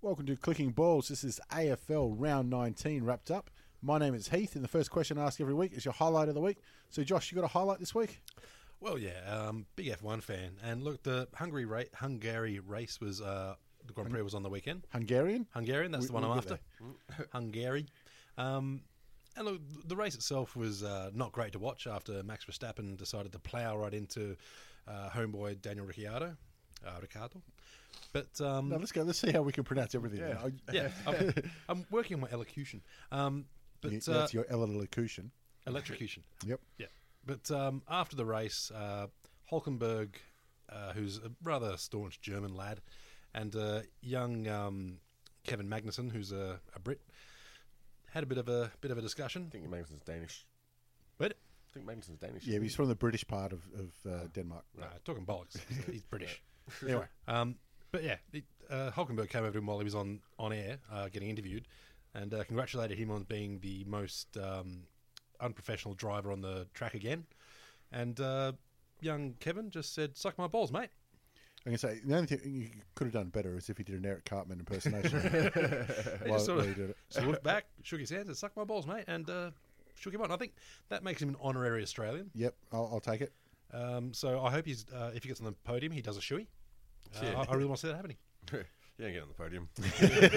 Welcome to Clicking Balls. This is AFL Round 19 wrapped up. My name is Heath, and the first question I ask every week is your highlight of the week. So, Josh, you got a highlight this week? Well, yeah, um, big F1 fan, and look, the Hungary ra- Hungary race was uh, the Grand Prix was on the weekend. Hungarian? Hungarian, that's We- the one we'll I'm get after. Hungary, um, and look, the race itself was uh, not great to watch after Max Verstappen decided to plough right into uh, homeboy Daniel Ricciardo, uh, Ricciardo. But um, No, let's go. Let's see how we can pronounce everything. now. yeah, I'm, I'm working on my elocution. Um, but Yeah, uh, that's your elocution. electrocution. Yep. Yeah. But um, after the race, uh, Hulkenberg, uh, who's a rather staunch German lad, and uh, young um, Kevin Magnussen, who's a, a Brit, had a bit of a bit of a discussion. I think Magnuson's Danish. But I think Magnuson's Danish. Yeah, he's from the British part of, of uh, Denmark. nah, talking bollocks, he's British. Anyway, Um, but yeah, the, uh, Hulkenberg came over to him while he was on on air uh, getting interviewed, and uh, congratulated him on being the most um, unprofessional driver on the track again. And uh, young Kevin just said, "Suck my balls, mate." I'm going to say the only thing you could have done better is if you did an Eric Cartman impersonation. He While- just sort while you did of it. saluted back, shook his hands, and sucked my balls, mate, and uh, shook him on. I think that makes him an honorary Australian. Yep, I'll, I'll take it. Um, so I hope he's uh, if he gets on the podium, he does a shoey. Uh, Yeah. I, I really want to see that happening. you ain't getting on the podium.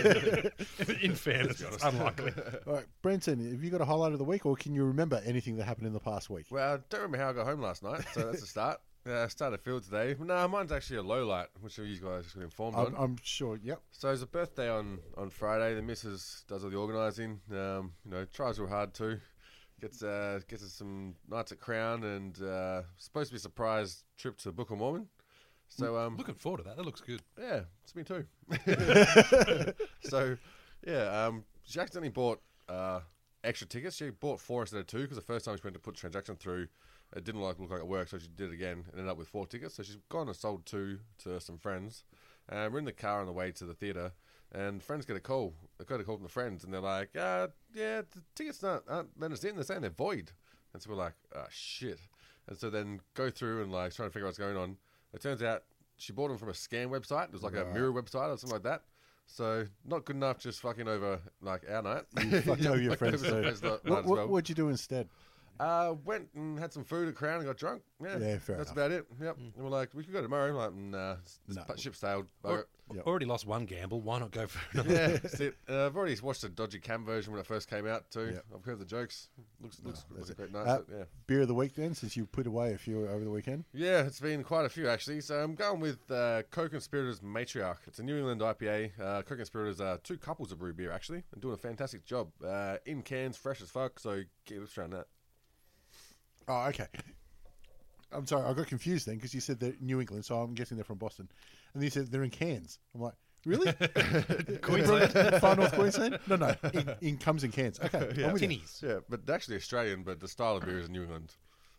In fairness, it's unlikely. All right, Brenton, have you got a highlight of the week, or can you remember anything that happened in the past week? well, I don't remember how I got home last night, so that's a start. Uh, I started field today. No, mine's actually a low light, which you guys got informed I'm, on. I'm sure. Yep. So it's a birthday on, on Friday. The missus does all the organising. Um, you know, tries real hard too. Gets uh, gets us some nights at Crown and uh, supposed to be a surprise trip to Book of Mormon. So um, Looking forward to that. That looks good. Yeah, it's me too. so, yeah, um, she accidentally bought uh, extra tickets. She bought four instead of two because the first time she went to put the transaction through, it didn't like look like it worked, so she did it again and ended up with four tickets. So she's gone and sold two to some friends. And we're in the car on the way to the theatre, and friends get a call. They got a call from the friends, and they're like, uh, "Yeah, the tickets aren't, aren't letting us in. They're saying they're void." And so we're like, "Ah, shit!" And so then go through and like trying to figure out what's going on. It turns out she bought them from a scam website. It was like a mirror website or something like that. So not good enough just fucking over like our night. You fucked over your Fucked friends over some too. friends' night What, as what, well. what'd you do instead? Uh, went and had some food at Crown and got drunk. Yeah, Yeah, fair enough. Hmm. That's about it. Yep. And we're like, we could go tomorrow. I'm like, nah, this No. pu- ship sailed. Bugger Or, it. Yep. Already lost one gamble. Why not go for another? yeah, that's it. Uh, I've already watched the dodgy cam version when it first came out too. Yep. I've heard the jokes. Looks looks that's like a it. great night. Uh, but yeah. Beer of the week then, since you put away a few over the weekend. Yeah, it's been quite a few actually. So I'm going with uh, Co-Conspirators Matriarch. It's a New England IPA. Uh, Co-Conspirators are two couples of brew beer actually, and doing a fantastic job uh, in cans, fresh as fuck. So keep us trying that. Oh, okay. I'm sorry, I got confused then because you said they're New England, so I'm guessing they're from Boston, and you said they're in Cairns. I'm like, really? Queensland? far north Queensland? No, no, in, in comes in Cairns. Okay, I'm with you. Tinnies, Yeah, but they're actually Australian, but the style of beer is New England.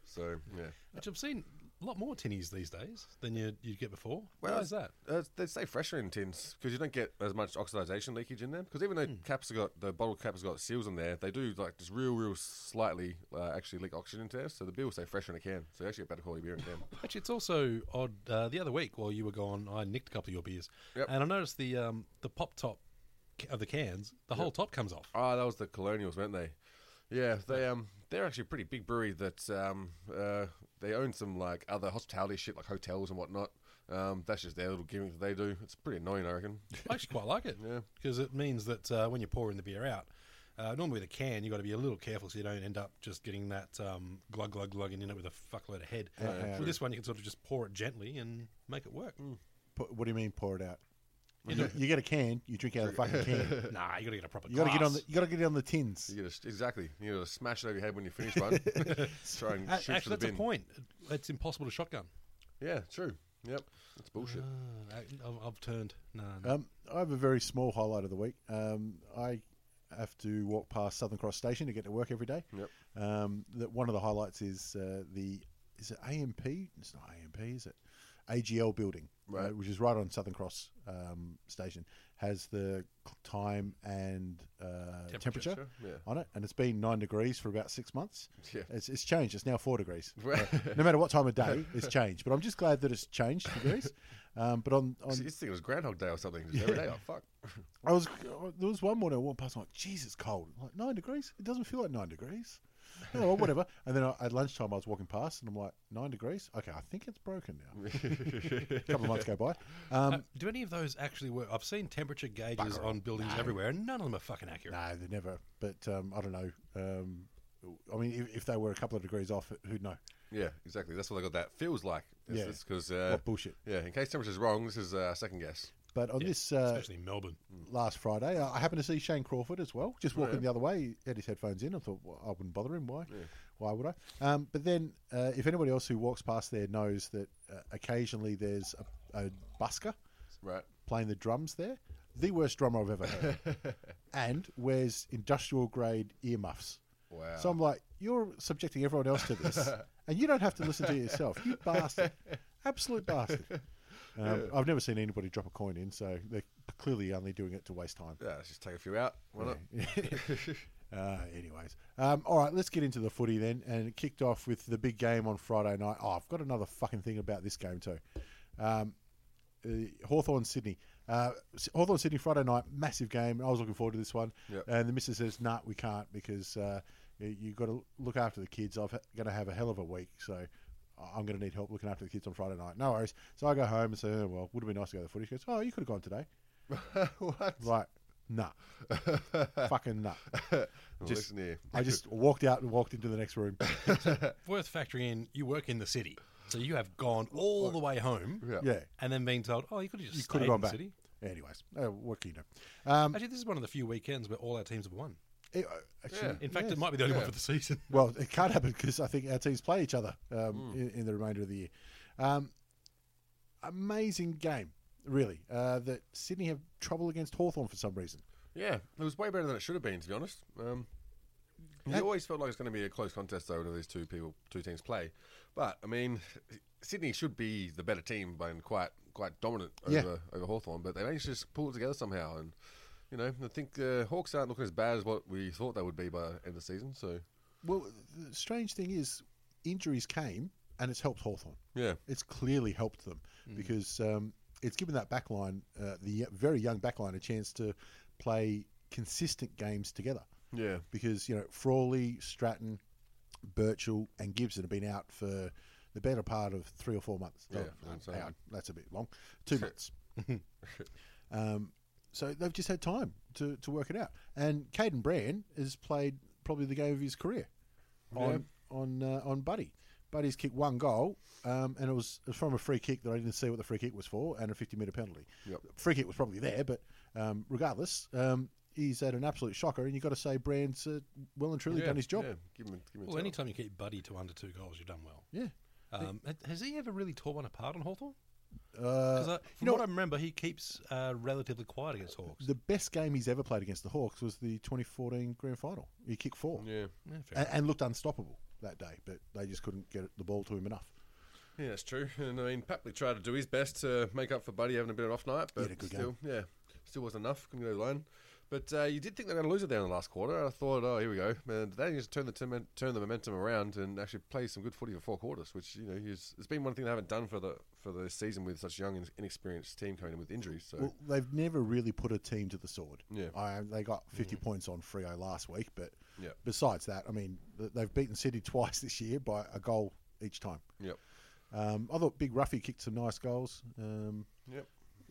So yeah. which I've seen a lot more tinnies these days than you you'd get before. Why Well, is that? Uh, they stay fresher in tins because you don't get as much oxidation leakage in them. Because even though caps have got the bottle caps have got seals on there, they do like just real, real slightly uh, actually leak oxygen into there. So the beer will stay fresher in a can. So you actually get better quality beer in a can. Actually, it's also odd. Uh, the other week while you were gone, I nicked a couple of your beers, Yep. and I noticed the um, the pop top ca- of the cans, the whole top comes off. Ah, that was the Colonials, weren't they? Yeah, they um they're actually a pretty big brewery that um uh they own some like other hospitality shit like hotels and whatnot. Um, that's just their little gimmick that they do. It's pretty annoying, I reckon. I actually quite like it Yeah. because it means that uh, when you're pouring the beer out, uh, normally with a can, you've got to be a little careful so you don't end up just getting that um, glug glug glug and end up with a fuckload of head. Yeah, Mm. yeah. with this one, you can sort of just pour it gently and make it work. Pu- What do you mean pour it out? You, you get a can, you drink out of the fucking can. Nah, you got to get a proper. You got to get on the glass. you got to get it on the tins. You gotta, exactly. You gotta smash it over your head when you finish one. Try and A- shoot for Actually, the that's bin. a point. It's impossible to shotgun. Yeah, true. Yep, that's bullshit. Uh, I, I've- I've turned. No, no. Um, I have a very small highlight of the week. Um, I have to walk past Southern Cross Station to get to work every day. Yep. Um, that one of the highlights is uh, the is it AMP? It's not AMP, is it? AGL building. uh, which is right on Southern Cross um, Station, has the c- time and uh, temperature, Yeah. on it, and it's been nine degrees for about six months. Yeah. It's, it's changed. It's now four degrees. Uh, Right. no matter what time of day, it's changed. But I'm just glad that it's changed degrees. Um, but on, on See, This thing was Groundhog Day or something. Just every day, oh fuck. I was there was one morning I walked past, I'm like, Jesus, cold. I'm like nine degrees? It doesn't feel like nine degrees. Oh, well, whatever. And then I, at lunchtime, I was walking past, and I'm like, nine degrees? Okay, I think it's broken now. a couple of months go by. Um, Uh, do any of those actually work? I've seen temperature gauges on buildings everywhere, and none of them are fucking accurate. no, they never. But um, I don't know. Um, I mean, if, if they were a couple of degrees off, who'd know? Yeah, exactly. That's what I got. That feels like. Yeah. Because uh, what bullshit. yeah, in case temperature's wrong, this is uh, second guess. But on this uh, Especially in Melbourne. last Friday. Uh, I I happened to see Shane Crawford as well, just walking the other way. He had his headphones in. I thought well, I wouldn't bother him. Why? Why would I? Um, but then, uh, if anybody else who walks past there knows that uh, occasionally there's a, a busker Right. playing the drums there, the worst drummer I've ever heard, and wears industrial grade earmuffs. Wow. So I'm like, you're subjecting everyone else to this, and you don't have to listen to it yourself. You bastard, absolute bastard. Um, I've never seen anybody drop a coin in, so they're clearly only doing it to waste time. Yeah, let's just take a few out. Why not? Uh, anyways, um, all right, let's get into the footy then. And it kicked off with the big game on Friday night. Oh, I've got another fucking thing about this game too. Um, uh, Hawthorne Sydney. Uh, S- Hawthorne Sydney Friday night, massive game. I was looking forward to this one. Yep. And the missus says, nah, we can't because uh, you've got to look after the kids. I'm going to have a hell of a week. So I- I'm going to need help looking after the kids on Friday night. No worries. So I go home and say, oh, well, would have been nice to go to the footy. She goes, oh, you could have gone today. what? Right. Nah. fucking nah. Well, Just- listen here. I just walked out and walked into the next room. Worth factoring in, you work in the city, so you have gone all the way home, Yeah. Yeah, and then being told, "Oh, you could have just you stayed could have in gone the back. city." Anyways, uh, what can you know? Um, Actually, this is one of the few weekends where all our teams have won. it- uh, actually, In fact, yes. it might be the only Yeah. one for the season. well, it can't happen because I think our teams play each other um, Hmm. in, in the remainder of the year. Um, amazing game, really. Uh, that Sydney have trouble against Hawthorn for some reason. Yeah, it was way better than it should have been, to be honest. Um, Yeah. It always felt like it's going to be a close contest, though, when these two people, two teams play. But I mean, Sydney should be the better team and quite quite dominant over Yeah. over Hawthorn, but they managed to just pull it together somehow. And you know, I think uh, Hawks aren't looking as bad as what we thought they would be by the end of the season. So Well, the strange thing is, injuries came and it's helped Hawthorn. yeah, It's clearly helped them Hmm. because um, it's given that back line, uh, the y- very young back line, a chance to play consistent games together. yeah, because you know Frawley, Stratton, Birchall, and Gibson have been out for the better part of three or four months. Yeah, Oh, that's out. right. That's a bit long. Two months. um, so they've just had time to, to work it out. And Caden Brand has played probably the game of his career on on uh, on Buddy. Buddy's kicked one goal, um, and it was, it was from a free kick that I didn't see what the free kick was for, and a fifty meter penalty. Yep. Free kick was probably there, but um, regardless, um, he's had an absolute shocker, and you've got to say Brand's uh, well and truly yeah, done his job. Yeah. Give him, give him Well, a anytime you keep Buddy to under two goals, you've done well. Yeah. Um, ha- has he ever really torn one apart on Hawthorn? Uh, Because from know what I what? remember, he keeps uh, relatively quiet against Hawks. the best game he's ever played against the Hawks was the 2014 Grand Final. He kicked four Yeah, Yeah, fair and, and looked unstoppable that day, but they just couldn't get the ball to him enough. yeah, that's true. And I mean, Papley tried to do his best to make up for Buddy having a bit of an off night, but had a good still, yeah, still wasn't enough. Couldn't go alone. But uh, you did think they were going to lose it there in the last quarter. I thought, oh, here we go. Man, they just turned the tem- turn the momentum around and actually play some good footy for four quarters, which you know is, it's been one thing they haven't done for the for the season with such a young and inexperienced team coming in with injuries. So Well, they've never really put a team to the sword. Yeah. Mm-hmm. I, they got 50 points on Frio last week, but Yeah. besides that, I mean, th- they've beaten City twice this year by a goal each time. yep, Um, I thought Big Ruffy kicked some nice goals. Um, yep,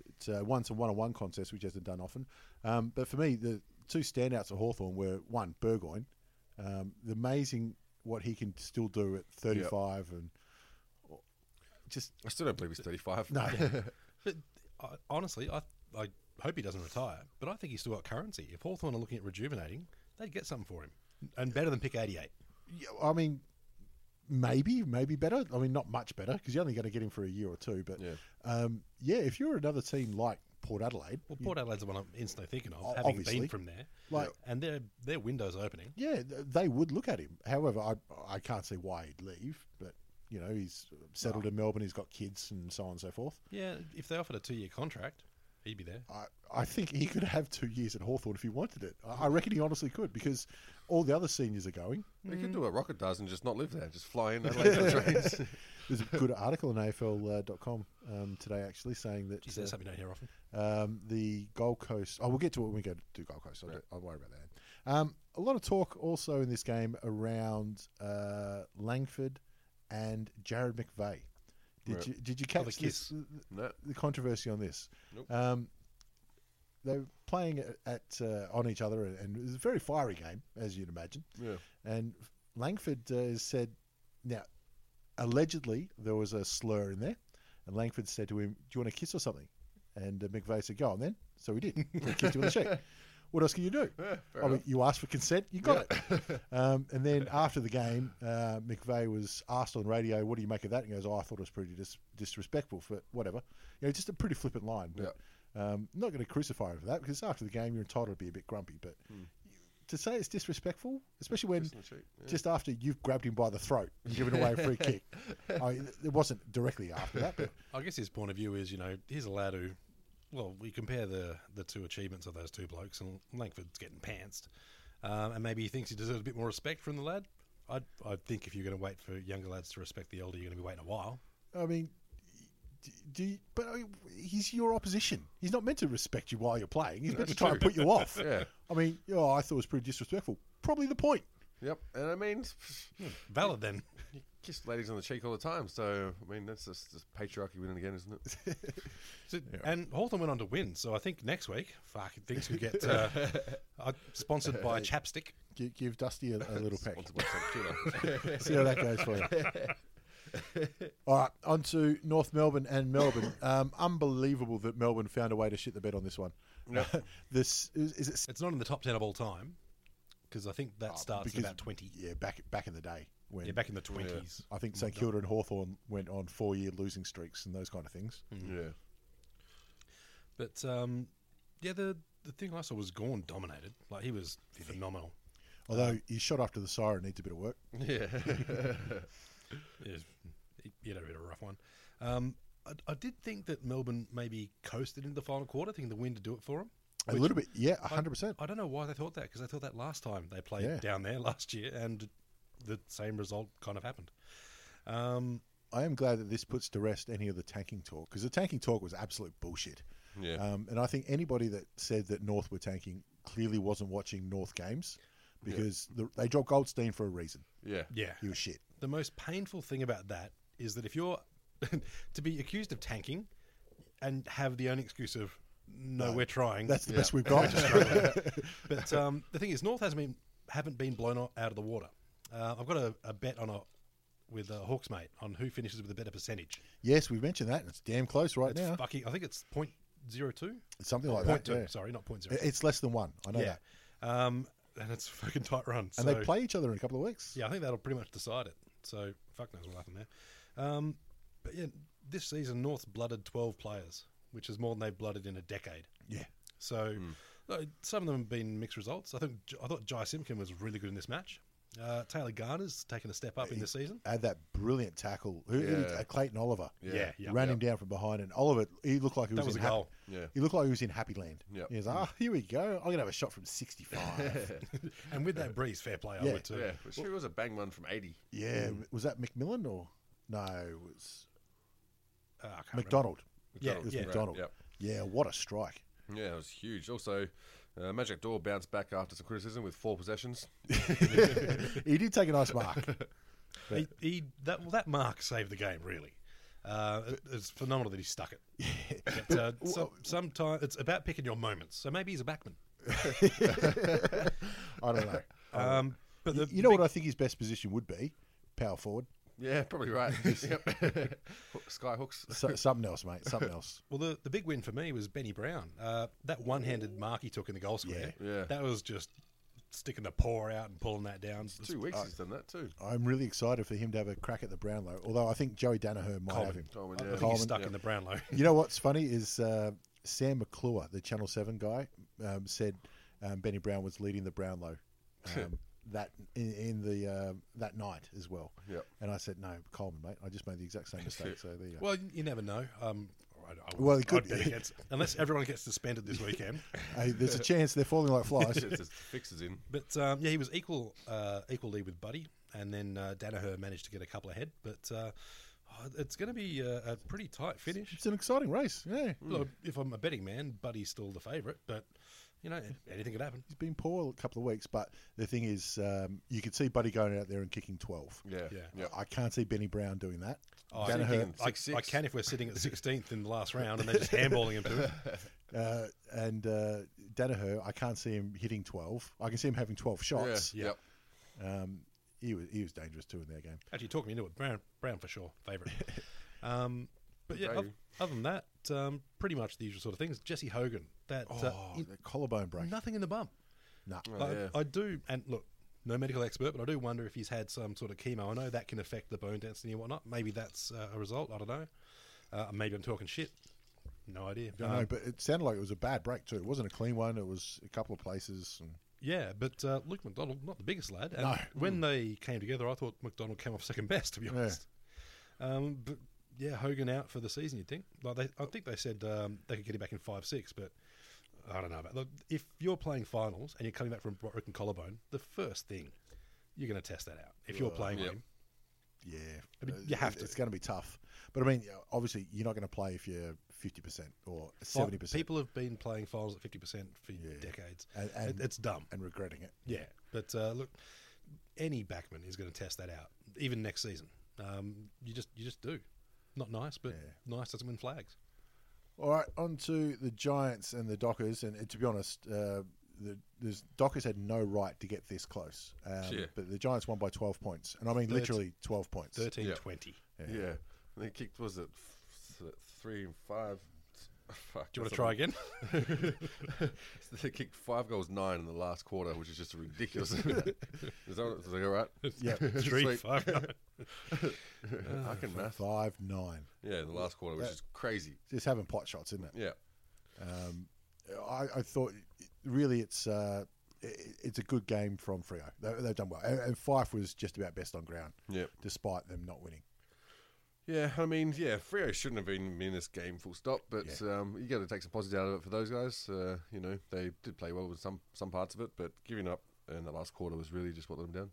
it's uh, once a one-on-one contest, which hasn't done often. Um, but for me, the two standouts of Hawthorn were one Burgoyne, um, the amazing what he can still do at 35 and just I still don't believe he's thirty five. no. But I, honestly, I I hope he doesn't retire, but I think he's still got currency. If Hawthorn are looking at rejuvenating, they'd get something for him, and better than pick eighty-eight. Yeah, I mean, maybe, maybe better. I mean, not much better because you're only going to get him for a year or two. But Yeah. um, yeah, if you're another team like Port Adelaide, Well, Port Adelaide's the one I'm instantly thinking of, O- having obviously. been from there. Like- and their their window's opening. yeah, th- they would look at him. However, I I can't see why he'd leave, but. You you know, he's settled in Melbourne, he's got kids and so on and so forth. Yeah, if they offered a two-year contract, he'd be there. I, I think he could have two years at Hawthorn if he wanted it. I, I reckon he honestly could because all the other seniors are going. We could do what Rocket does and just not live there. Just fly in Adelaide on trains. There's a good article on AFL.com um, today actually saying that uh, Geez, that's something you don't hear often. um, the Gold Coast. Oh, we'll get to it when we go to Gold Coast. I'll, I'll worry about that. Um, a lot of talk also in this game around uh, Langford and Jared McVeigh. Did Right. you did you catch this, kiss. the, No. controversy on this? Nope. Um, they were playing at, at uh, on each other, and, and it was a very fiery game, as you'd imagine. Yeah. And Langford uh, has said, now, allegedly there was a slur in there. And Langford said to him, Do you want a kiss or something? And uh, McVeigh said, Go on then. So he did. He kissed him on the cheek. What else can you do? fair I mean, you asked for consent, you got it. Um, and then after the game, uh, McVeigh was asked on radio, What do you make of that? And he goes, Oh, I thought it was pretty dis- disrespectful, but whatever. You know, just a pretty flippant line. But, um, not going to crucify him for that because after the game, you're entitled to be a bit grumpy. But to say it's disrespectful, especially when Kiss on the cheek, yeah. just after you've grabbed him by the throat and given away a free kick. I mean, it wasn't directly after that, but I guess his point of view is, you know, here's a lad who, well, we compare the the two achievements of those two blokes, and Langford's getting pantsed, um, and maybe he thinks he deserves a bit more respect from the lad. I I think if you're going to wait for younger lads to respect the elder, you're going to be waiting a while. I mean, do, do you, but I mean, he's your opposition. He's not meant to respect you while you're playing. He's meant to try and put you off. Yeah. I mean, oh, I thought it was pretty disrespectful. Probably the point. Yep. And I mean, Hmm. Valid then. you kiss ladies on the cheek all the time. So, I mean, that's just, just patriarchy winning again, isn't it? So- And Hawthorn went on to win, so I think next week, fuck, things could get uh, uh, sponsored by Chapstick. Give, give Dusty a, a little peck. Once upon a time, killer. See how that goes for you. All right, on to North Melbourne and Melbourne. Um, unbelievable that Melbourne found a way to shit the bed on this one. this is, is it It's not in the top ten of all time because I think that starts at Ah, because- about twenty. yeah, back back in the day when Yeah, back in the twenties. I think St Kilda and Hawthorn went on four year losing streaks and those kind of things. Mm. yeah. But um, yeah, the the thing I saw was Gorn dominated. Like he was phenomenal. Although his shot after the siren needs a bit of work. It was, you know, a bit of a rough one. Um, I, I did think that Melbourne maybe coasted into the final quarter, thinking the wind to do it for them. A little bit, yeah, hundred percent. I don't know why they thought that because they thought that last time they played Yeah. down there last year, and the same result kind of happened. Um, I am glad that this puts to rest any of the tanking talk because the tanking talk was absolute bullshit. Yeah. Um, and I think anybody that said that North were tanking clearly wasn't watching North games because the, they dropped Goldstein for a reason. Yeah. yeah, He was shit. the most painful thing about that is that if you're to be accused of tanking and have the only excuse of no, we're trying. That's the best we've got. but um, the thing is, North hasn't been haven't been blown o- out of the water. Uh, I've got a, a bet on a with a Hawks mate on who finishes with a better percentage. yes, we've mentioned that. and It's damn close right It's now. fucking. I think it's point zero two. Something like Point that. two. yeah. Sorry, not point zero. It- It's less than one. I know yeah. that. Um, and it's a fucking tight run. And they play each other in a couple of weeks. Yeah, I think that'll pretty much decide it. So fuck knows what'll happen there. Um, but yeah, this season North's blooded twelve players, which is more than they've blooded in a decade. Yeah. Hmm. So uh, some of them have been mixed results. I think I thought Jai Simkin was really good in this match. Uh, Taylor Garner's taken a step up in this season. had that brilliant tackle. Who, who did- Yeah. uh, Clayton Oliver. Yeah, yeah. ran him down from behind, and Oliver he looked like he was, That was in a hap- goal. Yeah. He looked like he was in happy land. Yep. He was like, ah, here we go. I'm gonna have a shot from 65. and with that breeze, fair play, I Yeah. would too. Yeah. But sure, it was a bang one from 80. yeah, Mm. was that McMillan or no? It was Uh, I can't remember. McDonald. Yeah, It was yeah. McDonald. Right, Yeah, what a strike. Yeah, it was huge. Also, uh, Magic Door bounced back after some criticism with four possessions. he did take a nice mark. He, he, that, well, that mark saved the game, really. Uh, it- it's phenomenal that he stuck it. But, uh, some, sometimes it's about picking your moments. So maybe he's a backman. I don't know. Um, but the Oh, You know big- what I think his best position would be? Power forward. Yeah, probably right. yep. Skyhooks. So, something else, mate. Something else. Well, the, the big win for me was Benny Brown. Uh, that one handed mark he took in the goal square. Yeah. Yeah. That was just sticking the paw out and pulling that down. Two weeks he's done that too. I'm really excited for him to have a crack at the Brownlow. Although I think Joey Danaher might have Coleman. him. Coleman, I yeah. think Coleman. he's stuck in the Brownlow. You know what's funny is uh, Sam McClure, the Channel Seven guy, um, said um, Benny Brown was leading the Brownlow um, that in, in the uh, that night as well. Yep. And I said, no, Coleman, mate. I just made the exact same mistake. So there you go. Well, you never know. Um, I, I would- Well, it could I'd bet be. against- unless everyone gets suspended this weekend. hey, there's a chance they're falling like flies. It's just fixes in. But um, yeah, he was equal uh, equal lead with Buddy, and then uh, Danaher managed to get a couple ahead. But uh, oh, it's going to be a, a pretty tight finish. it's an exciting race. Yeah. Look, if I'm a betting man, Buddy's still the favourite. But you know, anything could happen. He's been poor a couple of weeks, but the thing is, um, you could see Buddy going out there and kicking 12. Yeah. Yeah. Yep. I can't see Benny Brown doing that. Oh, I, Danaher- think I, Six, I six. can if we're sitting at 16th in the last round and they're just handballing him to it. Uh, and uh, Danaher, I can't see him hitting 12. I can see him having 12 Yeah. shots. Yep. Um, he, was, he was dangerous too in their game. Actually, talk me into it. Brown, Brown for sure, favourite. Um, but yeah, Value. oth- other than that, um, pretty much the usual sort of things. Jesse Hogan, that Oh, uh, in- the collarbone break. nothing in the bump. Nah. Oh, I, yeah. I do, and look, no medical expert, but I do wonder if he's had some sort of chemo. I know that can affect the bone density and whatnot. Maybe that's uh, a result. I don't know. Uh, maybe I'm talking shit. No idea. I Um, know, but it sounded like it was a bad break too. It wasn't a clean one. It was a couple of places. And Yeah, but uh, Luke McDonald, not the biggest lad. And No. Hmm. When they came together, I thought McDonald came off second best, to be honest. Um, but yeah, Hogan out for the season. You'd think. Like they, I think they said um, they could get him back in five six, but I don't know. About, look, if you're playing finals and you're coming back from a broken collarbone, the first thing you're going to test that out. If you're playing Yep. him, yeah, I mean, Uh, you have it- to. It's going to be tough. But I mean, you know, obviously, you're not going to play if you're 50% or 70%. people have been playing finals at fifty percent for decades. And- and- It- it's dumb. and regretting it. Yeah, but uh, look, any backman is going to test that out, even next season. Um, you just you just do. Not nice, but nice doesn't win flags. All right, on to the Giants and the Dockers. And, and to be honest, uh, the there's, Dockers had no right to get this close. Um, Sure. But the Giants won by 12 points. And I mean, Thirteen- literally 12 points. Thirteen Yeah. twenty. Yeah. And they kicked, was it th- three and five? Fuck. Do you want to that's not try right. again? they kicked five goals nine in the last quarter, which is just ridiculous. is that what- is that all right? Yeah. Three, Sweet. five, nine. I can math. 5 9. Yeah, in the last quarter, which is crazy. Just having pot shots, isn't it? Yeah. Um, I, I thought really it's uh, it- it's a good game from Frio. They, they've done well, and, and Fife was just about best on ground, Yep. despite them not winning. Yeah, I mean, yeah, Frio shouldn't have been in this game, full stop. But um, you got to take some positives out of it for those guys. Uh, you know, they did play well with some some parts of it, but giving up in the last quarter was really just what let them down.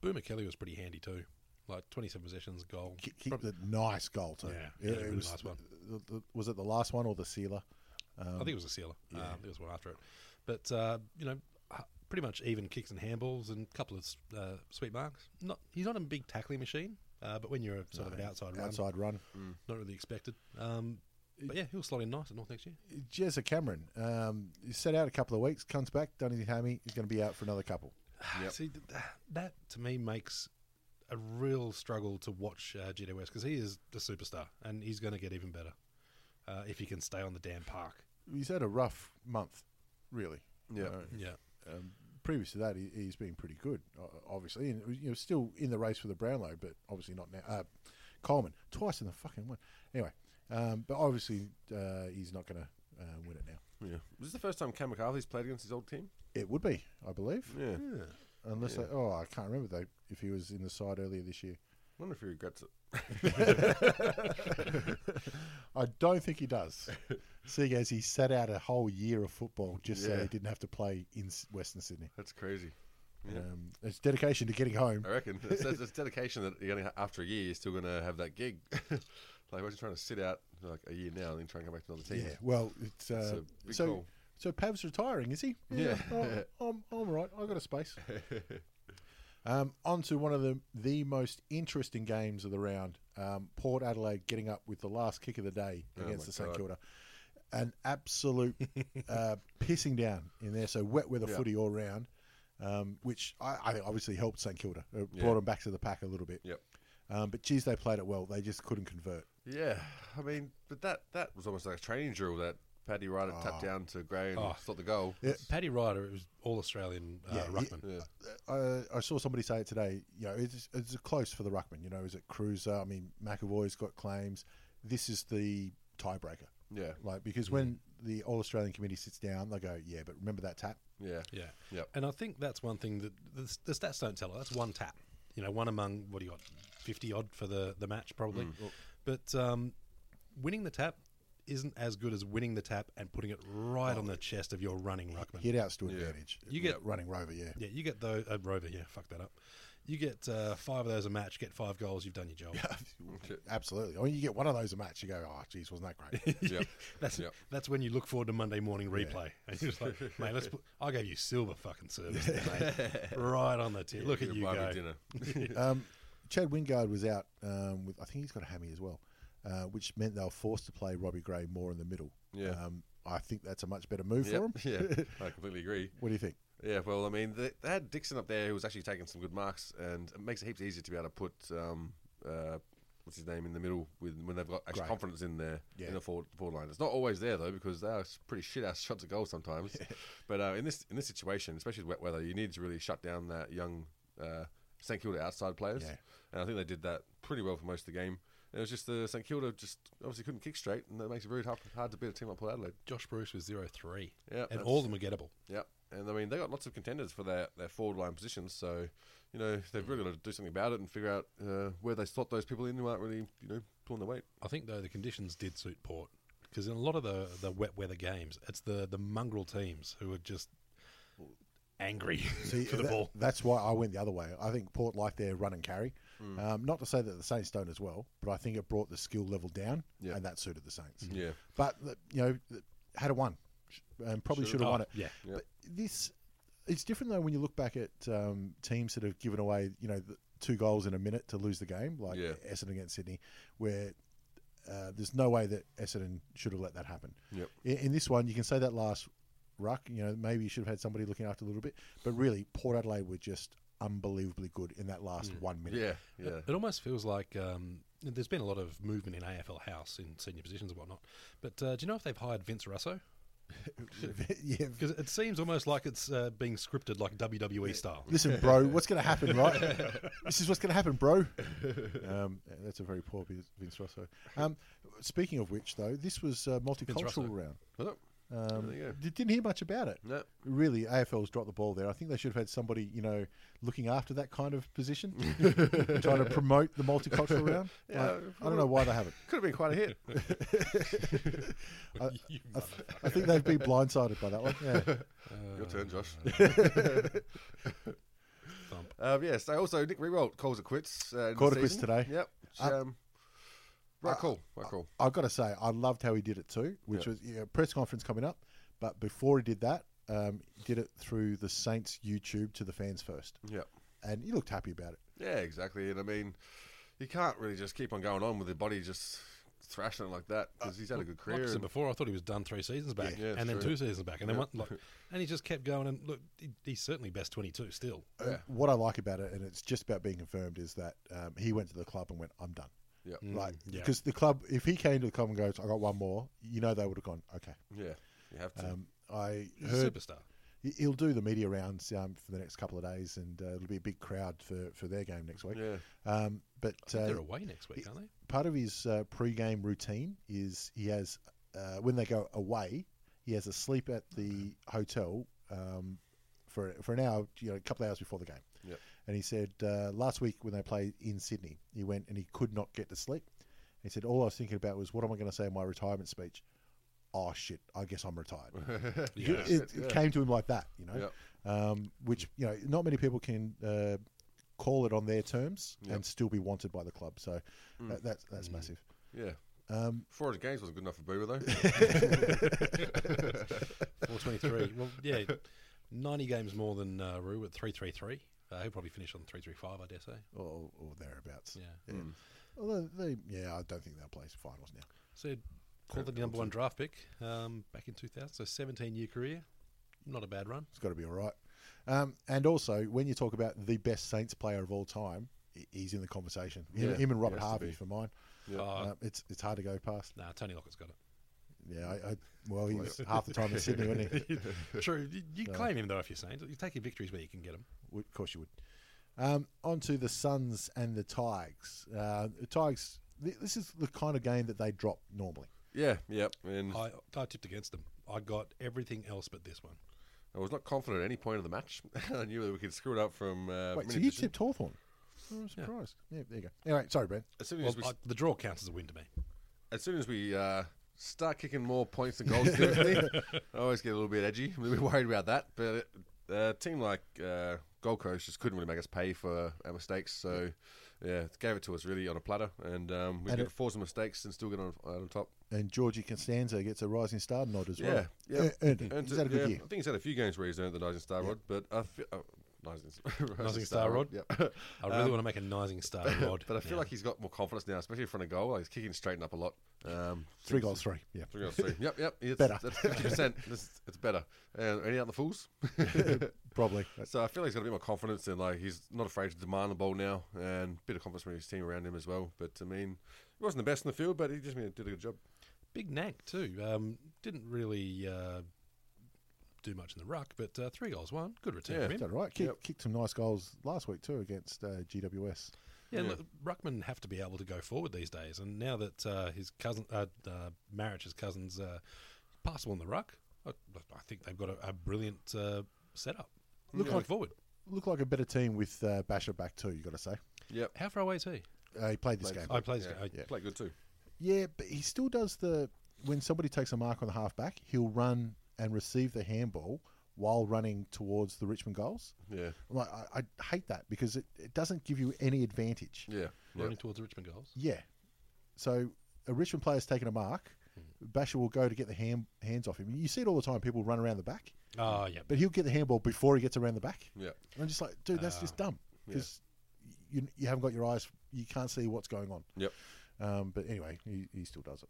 Boomer Kelly was pretty handy too. Like twenty-seven possessions, goal. Kick, kick the nice goal too. Yeah, yeah, really was nice one. the- the- was it the last one or the sealer? I think it was a sealer. Um, I think it was one after it. But uh, you know, h- pretty much even kicks and handballs and a couple of s- uh, sweet marks. Not he's not a big tackling machine, uh, but when you're sort of an outside run, Outside run. not really expected. Um, but yeah, he'll slot in nice at North next year. Jezza Cameron, um, he's set out a couple of weeks, comes back, done his hammy, he's going to be out for another couple. Yep. See, th- th- that to me makes a real struggle to watch uh, Jedi West because he is the superstar and he's going to get even better uh, if he can stay on the damn park. He's had a rough month, really. Yeah. Uh, Yeah. um, previous to that, he, he's been pretty good, o- obviously, and you know still in the race for the Brownlow, but obviously not now. Uh, Coleman twice in the fucking one. Anyway, um, but obviously uh, he's not going to uh, win it now. Yeah. Was this the first time Cam McCarthy's played against his old team? Hmm. It would be, I believe, Yeah. I Yeah. unless they, oh, I can't remember though if he was in the side earlier this year. wonder if he regrets it. I don't think he does, seeing as he sat out a whole year of football just so Yeah. he didn't have to play in S- Western Sydney. That's crazy. Yeah. Um, it's dedication to getting home. I reckon it's, it's, it's dedication that you're gonna, after a year you're still gonna have that gig. like imagine trying to sit out like a year now and then try and come back to another team. Yeah, well, it's, It's uh, a big so. call. So Pav's retiring, is he? Yeah. oh, I'm, I'm all right. I got a space. um, on to one of the the most interesting games of the round. Um, Port Adelaide getting up with the last kick of the day Oh against my the St God. Kilda. An absolute uh, pissing down in there. So wet weather Yeah. footy all round, um, which I, I think obviously helped St Kilda. It Yeah. Brought them back to the pack a little bit. Yep. Um, but geez, they played it well. They just couldn't convert. Yeah, I mean, but that that was almost like a training drill that Paddy Ryder tapped down to Gray and Oh. stopped the goal. Yeah. Paddy Ryder, it was all Australian uh, Yeah, he- ruckman. Yeah. Uh, I, I saw somebody say it today. You know, it's, it's close for the ruckman. You know, is it Cruiser? I mean, McAvoy's got claims. This is the tiebreaker, Yeah. like because when the All Australian Committee sits down, they go, yeah, but remember that tap? Yeah. Yeah. Yep. And I think that's one thing that the, s- the stats don't tell us. That's one tap. You know, one among, what do you got, 50 odd for the, the match, probably. But um, winning the tap isn't as good as winning the tap and putting it right on the chest of your running ruckman. Get outs to Yeah. advantage. You get- running rover, yeah. Yeah, you get those. Uh, Rover, yeah, fuck that up. You get uh, five of those a match, get five goals, you've done your job. Absolutely. I mean, you get one of those a match, you go, oh, geez, wasn't that great? Yep. That's Yep. that's when you look forward to Monday morning replay. And you're just like, mate, let's put, I gave you silver fucking service, mate. right on the tip. Look at Your you barbie go. dinner. um, Chad Wingard was out um, with, I think he's got a hammy as well, uh, which meant they were forced to play Robbie Gray more in the middle. Yeah. Um, I think that's a much better move for him. Yep. yeah. I completely agree. What do you think? Yeah, well, I mean, they, they had Dixon up there who was actually taking some good marks, and it makes it heaps easier to be able to put um, uh, what's his name in the middle with when they've got actual Great. confidence in their Yeah. in the forward, forward line. It's not always there though because they are pretty shit ass shots at goal sometimes. but uh, in this in this situation, especially with wet weather, you need to really shut down that young uh, St Kilda outside players, Yeah. and I think they did that pretty well for most of the game. It was just the St Kilda just obviously couldn't kick straight, and that makes it very hard, hard to beat a team like Port Adelaide. Josh Bruce was 0 3. Yeah, and that's- all of them were gettable. Yep. And I mean, they got lots of contenders for their, their forward line positions. So, you know, they've really got to do something about it and figure out uh, where they slot those people in who aren't really, you know, pulling their weight. I think, though, the conditions did suit Port because in a lot of the, the wet weather games, it's the, the mongrel teams who are just angry See, for the that- ball. That's why I went the other way. I think Port like their run and carry. Um, not to say that the Saints don't as well, but I think it brought the skill level down, Yeah. and that suited the Saints. Yeah. But the- you know, the- had a won, Sh- and probably should have Oh, won it. yeah. Yeah. But this, it's different though when you look back at um, teams that have given away, you know, the two goals in a minute to lose the game, like Yeah. Essendon against Sydney, where uh, there's no way that Essendon should have let that happen. Yep. In, in this one, you can say that last ruck, you know, maybe you should have had somebody looking after a little bit, but really, Port Adelaide were just unbelievably good in that last one minute. Yeah. Yeah. It, it almost feels like um, there's been a lot of movement in AFL House in senior positions and whatnot. But uh, do you know if they've hired Vince Russo? yeah. Because it seems almost like it's uh, being scripted like WWE style. Listen, bro, what's going to happen, right? this is what's going to happen, bro. Um, that's a very poor Vin- Vince Rosso. Um, speaking of which, though, this was uh, Rosso. multicultural round. Well, Um, There you go. d- didn't hear much about it. No. Really, AFL's dropped the ball there. I think they should have had somebody, you know, looking after that kind of position, trying to promote the multicultural round. Yeah, Like, I don't know why they haven't. Could have been quite a hit. You I, th- I think they'd be blindsided by that one. Yeah. Your turn, Josh. Thump. um, yeah. So also, Nick Rewalt calls it quits. Uh, in the Called it quits season. today. Yep. Uh, um, right call. Right call. I've got to say, I loved how he did it too, which was yeah, press conference coming up. But before he did that, um, he did it through the Saints YouTube to the fans first, Yep. and he looked happy about it. Yeah, exactly. And I mean, you can't really just keep on going on with your body just thrashing it like that Uh, because he's had a good Like career. I said and- before, I thought he was done three seasons back, Yeah, and then true. two seasons back, and then Yeah. one. Like, and he just kept going. And look, he, he's certainly best twenty-two still. Uh, What I like about it, and it's just about being confirmed, is that um, he went to the club and went, "I'm done." Yep. Like Mm, yeah. because the club, if he came to the club and goes, "I got one more," you know they would have gone, "Okay." Yeah. You have to. Um, I He's a heard superstar. he- he'll do the media rounds um, for the next couple of days, and uh, it'll be a big crowd for, for their game next week. yeah. Um, but uh, They're away next week, aren't they? part of his uh, pre-game routine is he has uh, when they go away, he has a sleep at the hotel um, for for an hour, you know, a couple of hours before the game. Yep. And he said uh, last week when they played in Sydney, he went and he could not get to sleep. He said all I was thinking about was what am I going to say in my retirement speech? Oh shit, I guess I'm retired. Yeah. It, it came to him like that, you know, Yep. um, which you know not many people can. Uh, Call it on their terms Yep. and still be wanted by the club. So uh, Mm. that, that's that's Mm. massive. Yeah. Um, Four hundred games wasn't good enough for Boomer though. Four twenty-three. well, yeah, ninety games more than uh, Rue at three-three-three. Uh, he'll probably finish on three-three-five, I dare say. or, or thereabouts. Yeah. Yeah. Although they, yeah, I don't think they'll play finals now. So called the number one draft pick um, back in two thousand. So seventeen-year career, not a bad run. It's got to be all right. Um, and also, when you talk about the best Saints player of all time, he- he's in the conversation. Him, Yeah, him and he Robert has to Harvey be. for mine. Yeah. Uh, Um, it's it's hard to go past. nah, Tony Lockett's got it. Yeah, I, I, well, he was half the time in Sydney, wasn't he? True. You, you claim him though if you're saying you take your victories where you can get them. Would- Of course you would. Um, on to the Suns and the Tigers. Uh, the Tigers, th- this is the kind of game that they drop normally. Yeah, yep. And I, I, I tipped against them. I got everything else but this one. was not confident at any point of the match. I knew that we could screw it up from. Uh, Wait, many so you positions. tipped Hawthorn? Oh, I'm surprised. Yeah. there you go. Anyway, sorry, Brad. As soon Well, as we, I, the draw counts as a win to me. as soon as we uh, start kicking more points than goals, and everything, I always get a little bit edgy. I'm a bit worried about that. But uh, a team like uh, Gold Coast just couldn't really make us pay for our mistakes. So yeah, gave it to us really on a platter, and um, we And could it- force some mistakes and still get on, on top. And Georgie Costanza gets a rising star nod as well. Yeah, yeah. Eh, earned it. Earned He's it, had a good yeah. year. I think he's had a few games where he's earned the Nising Star Rod, but I feel. Uh, Nising, Nising Star Rod? Yep. I really want to make a Nising star rod. But I feel like he's got more confidence now, especially in front of goal. Like he's kicking straighten up a lot. Um, Three goals, three. Yeah. Three out of three. Yep, yep. It's, Better. That's fifty percent. It's better. And any out the fools. Probably. so I feel like he's got a bit more confidence and like he's not afraid to demand the ball now, and a bit of confidence from his team around him as well. But I mean, he wasn't the best in the field, but he just did a good job. Big knack, too. Um, didn't really uh, do much in the ruck, but uh, three goals, one. Good return Yeah. from Is him. that right? Kick, Yep. Kicked some nice goals last week, too, against uh, GWS. Yeah, Yeah. Look, ruckmen have to be able to go forward these days, and now that uh, his cousin, uh, uh, Marich's cousin's uh, passable in the ruck, I, I think they've got a, a brilliant uh, setup. Look Going like- forward. Look like a better team with uh, Basher back, too, you got to say. Yep. How far away is he? Uh, he played this Played- game. I plays. uh, Yeah. I, Yeah. Played good too. Yeah, but he still does the. When somebody takes a mark on the halfback, he'll run and receive the handball while running towards the Richmond goals. Yeah. I'm Like, I, I hate that because it, it doesn't give you any advantage. Yeah. running towards the Richmond goals. Yeah. So a Richmond player's taken a mark. Basher will go to get the hand, hands off him. You see it all the time. People run around the back, Oh, yeah. but he'll get the handball before he gets around the back. Yeah. And I'm just like, dude, that's Uh, just dumb because you, you haven't got your eyes. You can't see what's going on. Yep. Um, but anyway, he, he still does it,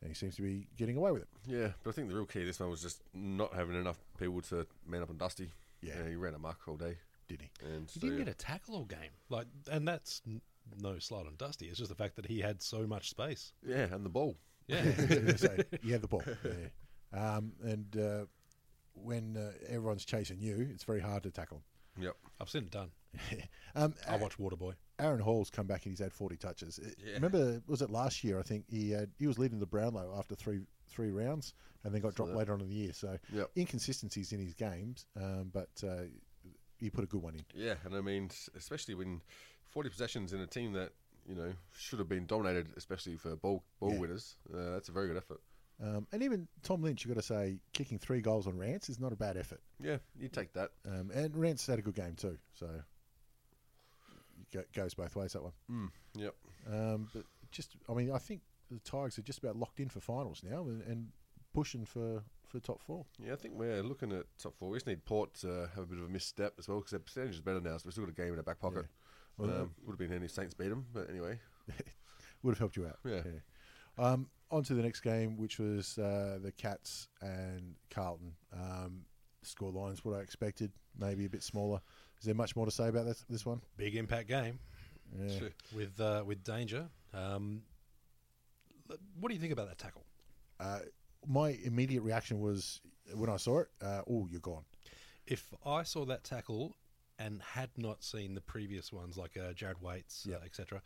and he seems to be getting away with it. Yeah. But I think the real key this one was just not having enough people to man up on Dusty. Yeah. he ran a muck all day, Did he? and He so, didn't yeah. get a tackle all game. Like, and that's n- no slight on Dusty. It's just the fact that he had so much space. yeah, and the ball. Yeah. so you have the ball. Yeah. Um, and uh, when uh, everyone's chasing you, it's very hard to tackle. Yep. I've seen it done. Um, I watch Waterboy. Aaron Hall's come back and he's had 40 touches. It- Oh. Yeah. Remember, was it last year? I think he had, he was leading the Brownlow after three three rounds and then got dropped later on in the year. So Yep. inconsistencies in his games, um, but uh, he put a good one in. Yeah, and I mean, s- especially when 40 possessions in a team that, you know, should have been dominated, especially for ball, ball Yeah. winners, uh, that's a very good effort. Um, and even Tom Lynch, you've got to say, kicking three goals on Rance is not a bad effort. Yeah, you take that. Um, and Rance had a good game too, so it go- goes both ways that one. Mm. Yep. Um, but just, I mean, I think the Tigers are just about locked in for finals now and, and pushing for, for top four. Yeah, I think we're looking at top four. We just need Port to have a bit of a misstep as well because their percentage is better now, so we've still got a game in our back pocket. Well, um, would have been handy if Saints beat them, but anyway. would have helped you out. Yeah. Um, on to the next game, which was uh, the Cats and Carlton. Um, score lines, what I expected, maybe a bit smaller. Is there much more to say about this, this one? Big impact game Yeah. with uh, with danger. Um, l- what do you think about that tackle? Uh, my immediate reaction was when I saw it, uh, oh, you're gone. If I saw that tackle and had not seen the previous ones like uh, Jared Waits, uh, etc.,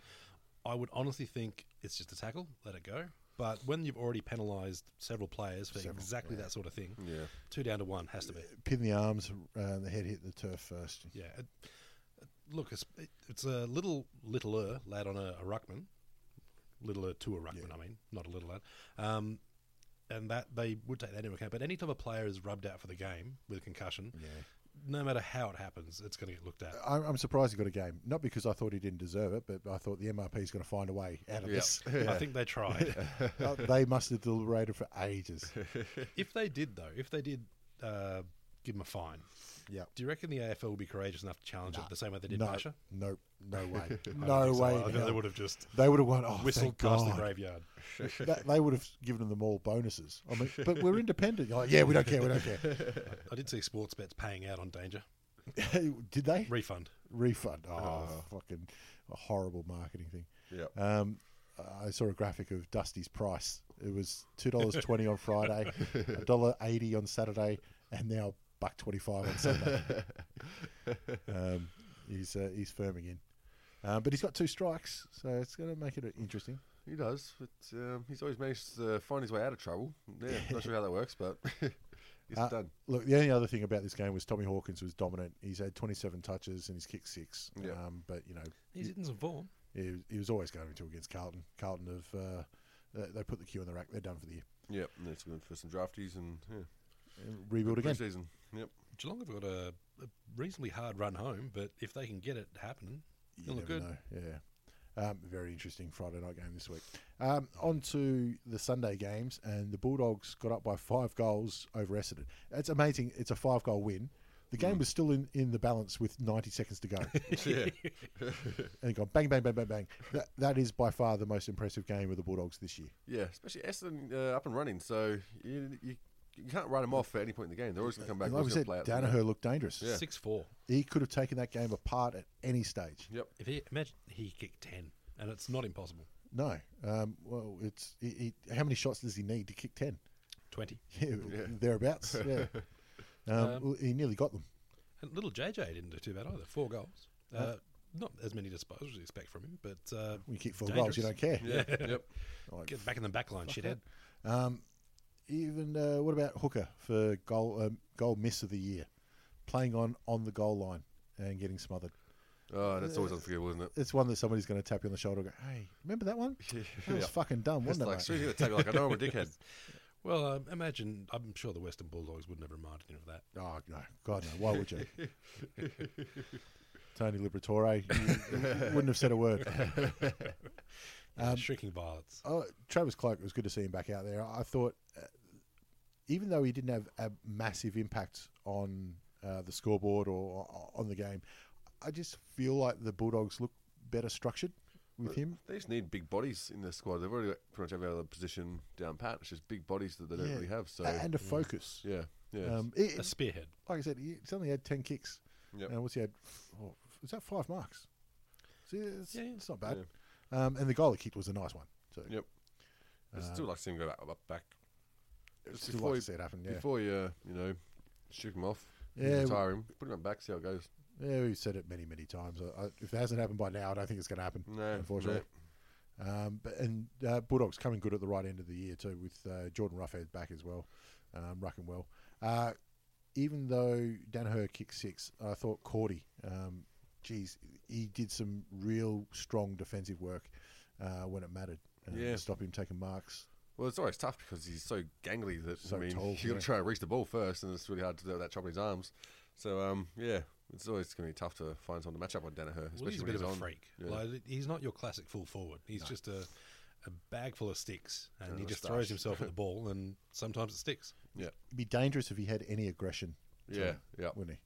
I would honestly think it's just a tackle. Let it go. But when you've already penalised several players for Several, exactly that sort of thing, Yeah. two down to one has to be. Pin the arms, uh, the head hit the turf first. Yeah. It, it- look, it's, it, it's a little littler lad on a, a ruckman, littler to a ruckman. I mean, not a little lad. Um, and that they would take that into account. But any time a player is rubbed out for the game with a concussion, no matter how it happens, it's going to get looked at. I- I'm surprised he got a game. Not because I thought he didn't deserve it, but I thought the MRP is going to find a way out of Yeah. this. I think they tried. Uh, they must have deliberated for ages. if they did, though, if they did uh, give him a fine, Yeah. do you reckon the AFL would be courageous enough to challenge it the same way they did no, Basher? no, no way, I no way. don't think so. I in think they hell. would have just They would have won. Oh, whistled thank past the God. graveyard. That- they would have given them all bonuses. I mean, but we're independent. You're like, yeah, we don't care. We don't care. I did see sports bets paying out on danger. Did they Refund. refund? Oh, fucking horrible marketing thing. Yep. Um, I saw a graphic of Dusty's price. It was two dollars twenty on Friday, a dollar eighty on Saturday, and now buck twenty five on Sunday. um, he's uh, he's firming in, uh, but he's got two strikes, so it's going to make it interesting. He does, but um, he's always managed to find his way out of trouble. Yeah, not sure how that works, but it's Uh, done. Look, the only other thing about this game was Tommy Hawkins was dominant. He's had 27 touches and he's kicked six. Yeah. Um, but you know, He's in some form. he, he was always going to against Carlton. Carlton have uh, they, they put the queue in the rack. They're done for the year. Yep, and that's good for some draftees and yeah, And rebuild again. preseason. Yep, Geelong have got a, a reasonably hard run home, but if they can get it happening, You It'll look never know. Yeah. Um, very interesting Friday night game this week. Um, on to the Sunday games, and the Bulldogs got up by five goals over Essendon. It's amazing. It's a five goal win. The game was still in, in the balance with 90 seconds to go. yeah, and it got bang, bang, bang, bang, bang. That, that is by far the most impressive game of the Bulldogs this year. yeah. Especially Essendon uh, up and running, so you, you you can't write them off at any point in the game. They're always going to come back. And like we always gonna said, play out the Danaher looked dangerous. Yeah. 6 4. He could have taken that game apart at any stage. Yep. If he Imagine he kicked 10, and it's not impossible. No. Um, well, it's he, he, how many shots does he need to kick 10? 20. Yeah, thereabouts. Yeah. Um, Um, well, he nearly got them. And little JJ didn't do too bad either. Four goals. Uh, Not as many disposals you expect from him, but uh, When you kick four goals, you don't dangerous. care. Yeah. yep. Like, get back in the back line, shithead. um, even uh, what about Hooker for goal um, goal miss of the year, playing on on the goal line and getting smothered. Oh, that's always unforgivable, isn't it? It's one that somebody's going to tap you on the shoulder. and go, hey, remember that one? That was Yeah. fucking dumb, It's wasn't like, it? mate? seriously, they take it like, I know I'm a dickhead. Well, um, imagine, I'm sure the Western Bulldogs wouldn't have reminded him of that. Oh no, God no! Why would you? Tony Liberatore you- you wouldn't have said a word. Um, Shrinking violets. Oh, Travis Cloak, it was good to see him back out there. I thought, uh, even though he didn't have a massive impact on uh, the scoreboard or o- on the game, I just feel like the Bulldogs look better structured with him. They just need big bodies in their squad. They've already got pretty much every other position down pat. It's just big bodies that they don't Yeah. really have. So A- and a focus. yeah, yeah, Um, it- A spearhead. like I said, he suddenly had 10 kicks. Yep. And what's he had? F- Oh, was that five marks? See, it's, Yeah, yeah. it's not bad. Um, and the goal he kicked was a nice one. So yep. I uh, still like seeing him go back up back. Just still before like you- to see it happen, yeah. Before you, uh, you know, shoot him off, Yeah, retire him, put him back, see how it goes. Yeah, we've said it many, many times. I, I, if it hasn't happened by now, I don't think it's going to happen. No, unfortunately. Um, but and uh, Bulldogs coming good at the right end of the year too, with uh, Jordan Roughhead back as well, um, rucking well. Uh, even though Danaher kicked six, I thought Cordy, um, geez, he did some real strong defensive work uh, when it mattered. Um, Yeah. stop him taking marks. Well, it's always tough because he's so gangly that So I mean, tall, you got yeah. to try and reach the ball first, and it's really hard to do that without chopping his arms. So um, yeah, it's always going to be tough to find someone to match up on Danaher, Well, especially he's a when bit he's of a on. freak. Yeah. Like, he's not your classic full forward. He's just a, a bag full of sticks, and, And he a just throws moustache. himself at the ball, and sometimes it sticks. Yeah, It'd be dangerous if he had any aggression. to yeah, him, yeah. wouldn't he?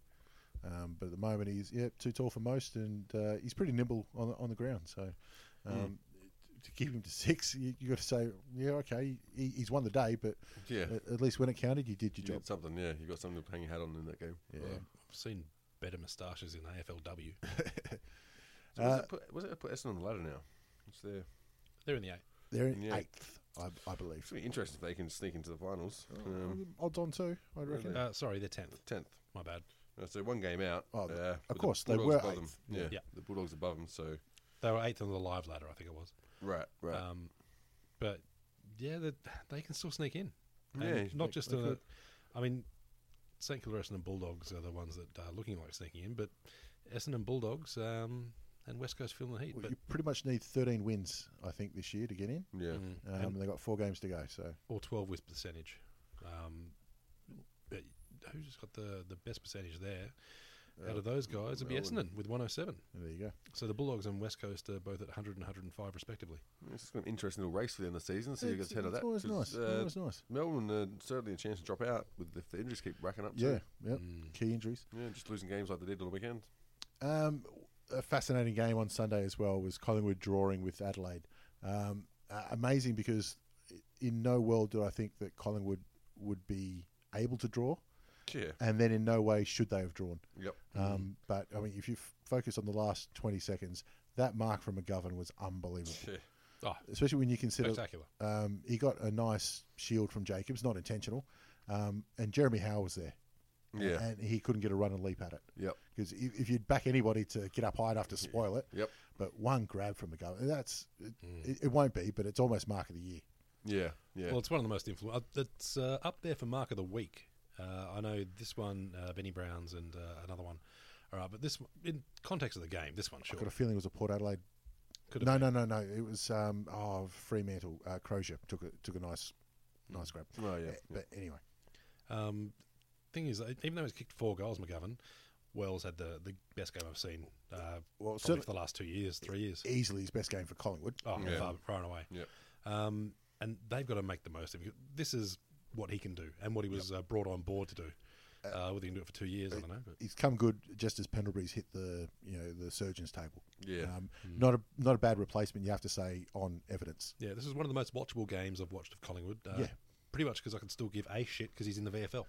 Um, but at the moment, he's yeah, too tall for most, and uh, he's pretty nimble on the, on the ground. So Hmm. um, to keep him to six, you, you got to say, yeah, okay, he, he's won the day, but Yeah. at, at least when it counted, you did your You Uh, job. did something, yeah. You got something to hang your hat on in that game. Yeah. I've seen better moustaches in AFLW. So Uh, was, it put, was it put Essendon on the ladder now? It's there. They're in the eight. They're in Yeah. eighth, I, I believe. It's gonna be interesting if they can sneak into the finals. Oh. Um, Odds on two, I reckon. Uh, sorry, they're tenth. Tenth. My bad. Uh, So one game out. Oh, uh, the- of with the course, they Bulldogs were above them. eighth. Yeah, Yeah. the Bulldogs above them. So Uh, They were eighth on the live ladder, I think it was. right, right. Um, but yeah, they, they can still sneak in. And Yeah, not they- just they in the. I mean, St Kilda Essendon Bulldogs are the ones that are looking like sneaking in, but Essendon Bulldogs um, and West Coast Film the Heat. Well, But, you pretty much need 13 wins, I think, this year to get in. yeah, Mm. Um, And- and they've got four games to go. So or 12 with percentage. Um, but who's got the, the best percentage there? Out of those guys, it'd be Melbourne. Essendon with 107. there you go. So the Bulldogs and West Coast are both at 100 and 105 respectively. it's just an interesting little race for the end of the season. See who It's- gets ahead of it's that. always nice. 'cause, uh, always nice. Melbourne uh, certainly a chance to drop out with if the injuries keep racking up. Yeah, too. yep. Mm. key injuries. yeah, just losing games like they did on the weekend. Um, a fascinating game on Sunday as well was Collingwood drawing with Adelaide. Um, uh, amazing because in no world did I think that Collingwood would be able to draw, Yeah, and then in no way should they have drawn. yep. Um, but I mean, if you f- focus on the last twenty seconds, that mark from McGovern was unbelievable, Yeah. Oh, especially when you consider spectacular. um, he got a nice shield from Jacobs, not intentional, um, and Jeremy Howe was there. Yeah. and he couldn't get a run and leap at it. Yep. Because if, if you'd back anybody to get up high enough to spoil it, Yep. Mm. but one grab from a goal, that's it, it, it won't be, but it's almost mark of the year. Yeah. Yeah. Well, it's one of the most influential. It's uh, up there for mark of the week. Uh, I know this one, uh, Benny Brown's, and uh, another one. All right, but this one- in context of the game, this one I sure got a feeling it was a Port Adelaide. could No, have. no, no, no. It was um, oh Fremantle. Uh, Crozier took a took a nice, nice grab. oh, yeah. Uh, But anyway, been. Um, thing is, uh, even though he's kicked four goals, McGovern, Wells had the, the best game I've seen. Uh, well, probably certainly for the last two years, three years. easily his best game for Collingwood. Oh, Yeah. far, far and away. Yep. Um, and they've got to make the most of it. This is what he can do and what he was uh, brought on board to do. Uh, whether he can do it for two years, I don't know. But He's come good just as Pendlebury's hit the you know the surgeons table. Yeah. Mm. Um, Not a not a bad replacement. You have to say on evidence. yeah, this is one of the most watchable games I've watched of Collingwood. Uh, Yeah. Pretty much because I can still give a shit because he's in the VFL.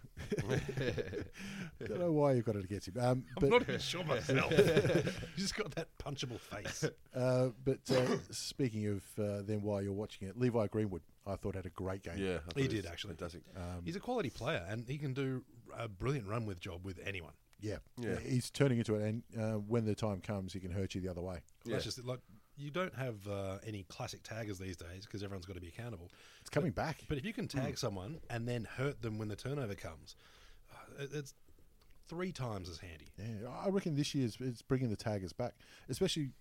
Don't know why you've got it against him. Um, I'm but not even sure myself. He's just got that punchable face. uh, but uh, speaking of uh, then, while you're watching it, Levi Greenwood, I thought had a great game. yeah. I thought was did, actually. Fantastic. Um, He's a quality player and he can do a brilliant run with job with anyone. Yeah. Uh, Yeah. He's turning into it, and uh, when the time comes, he can hurt you the other way. That's Yeah. just it, like you don't have uh, any classic taggers these days because everyone's got to be accountable. It's coming back. But if you can Hmm. tag someone and then hurt them when the turnover comes, uh, it- it's three times as handy. Yeah, I reckon this year's it's bringing the taggers back, especially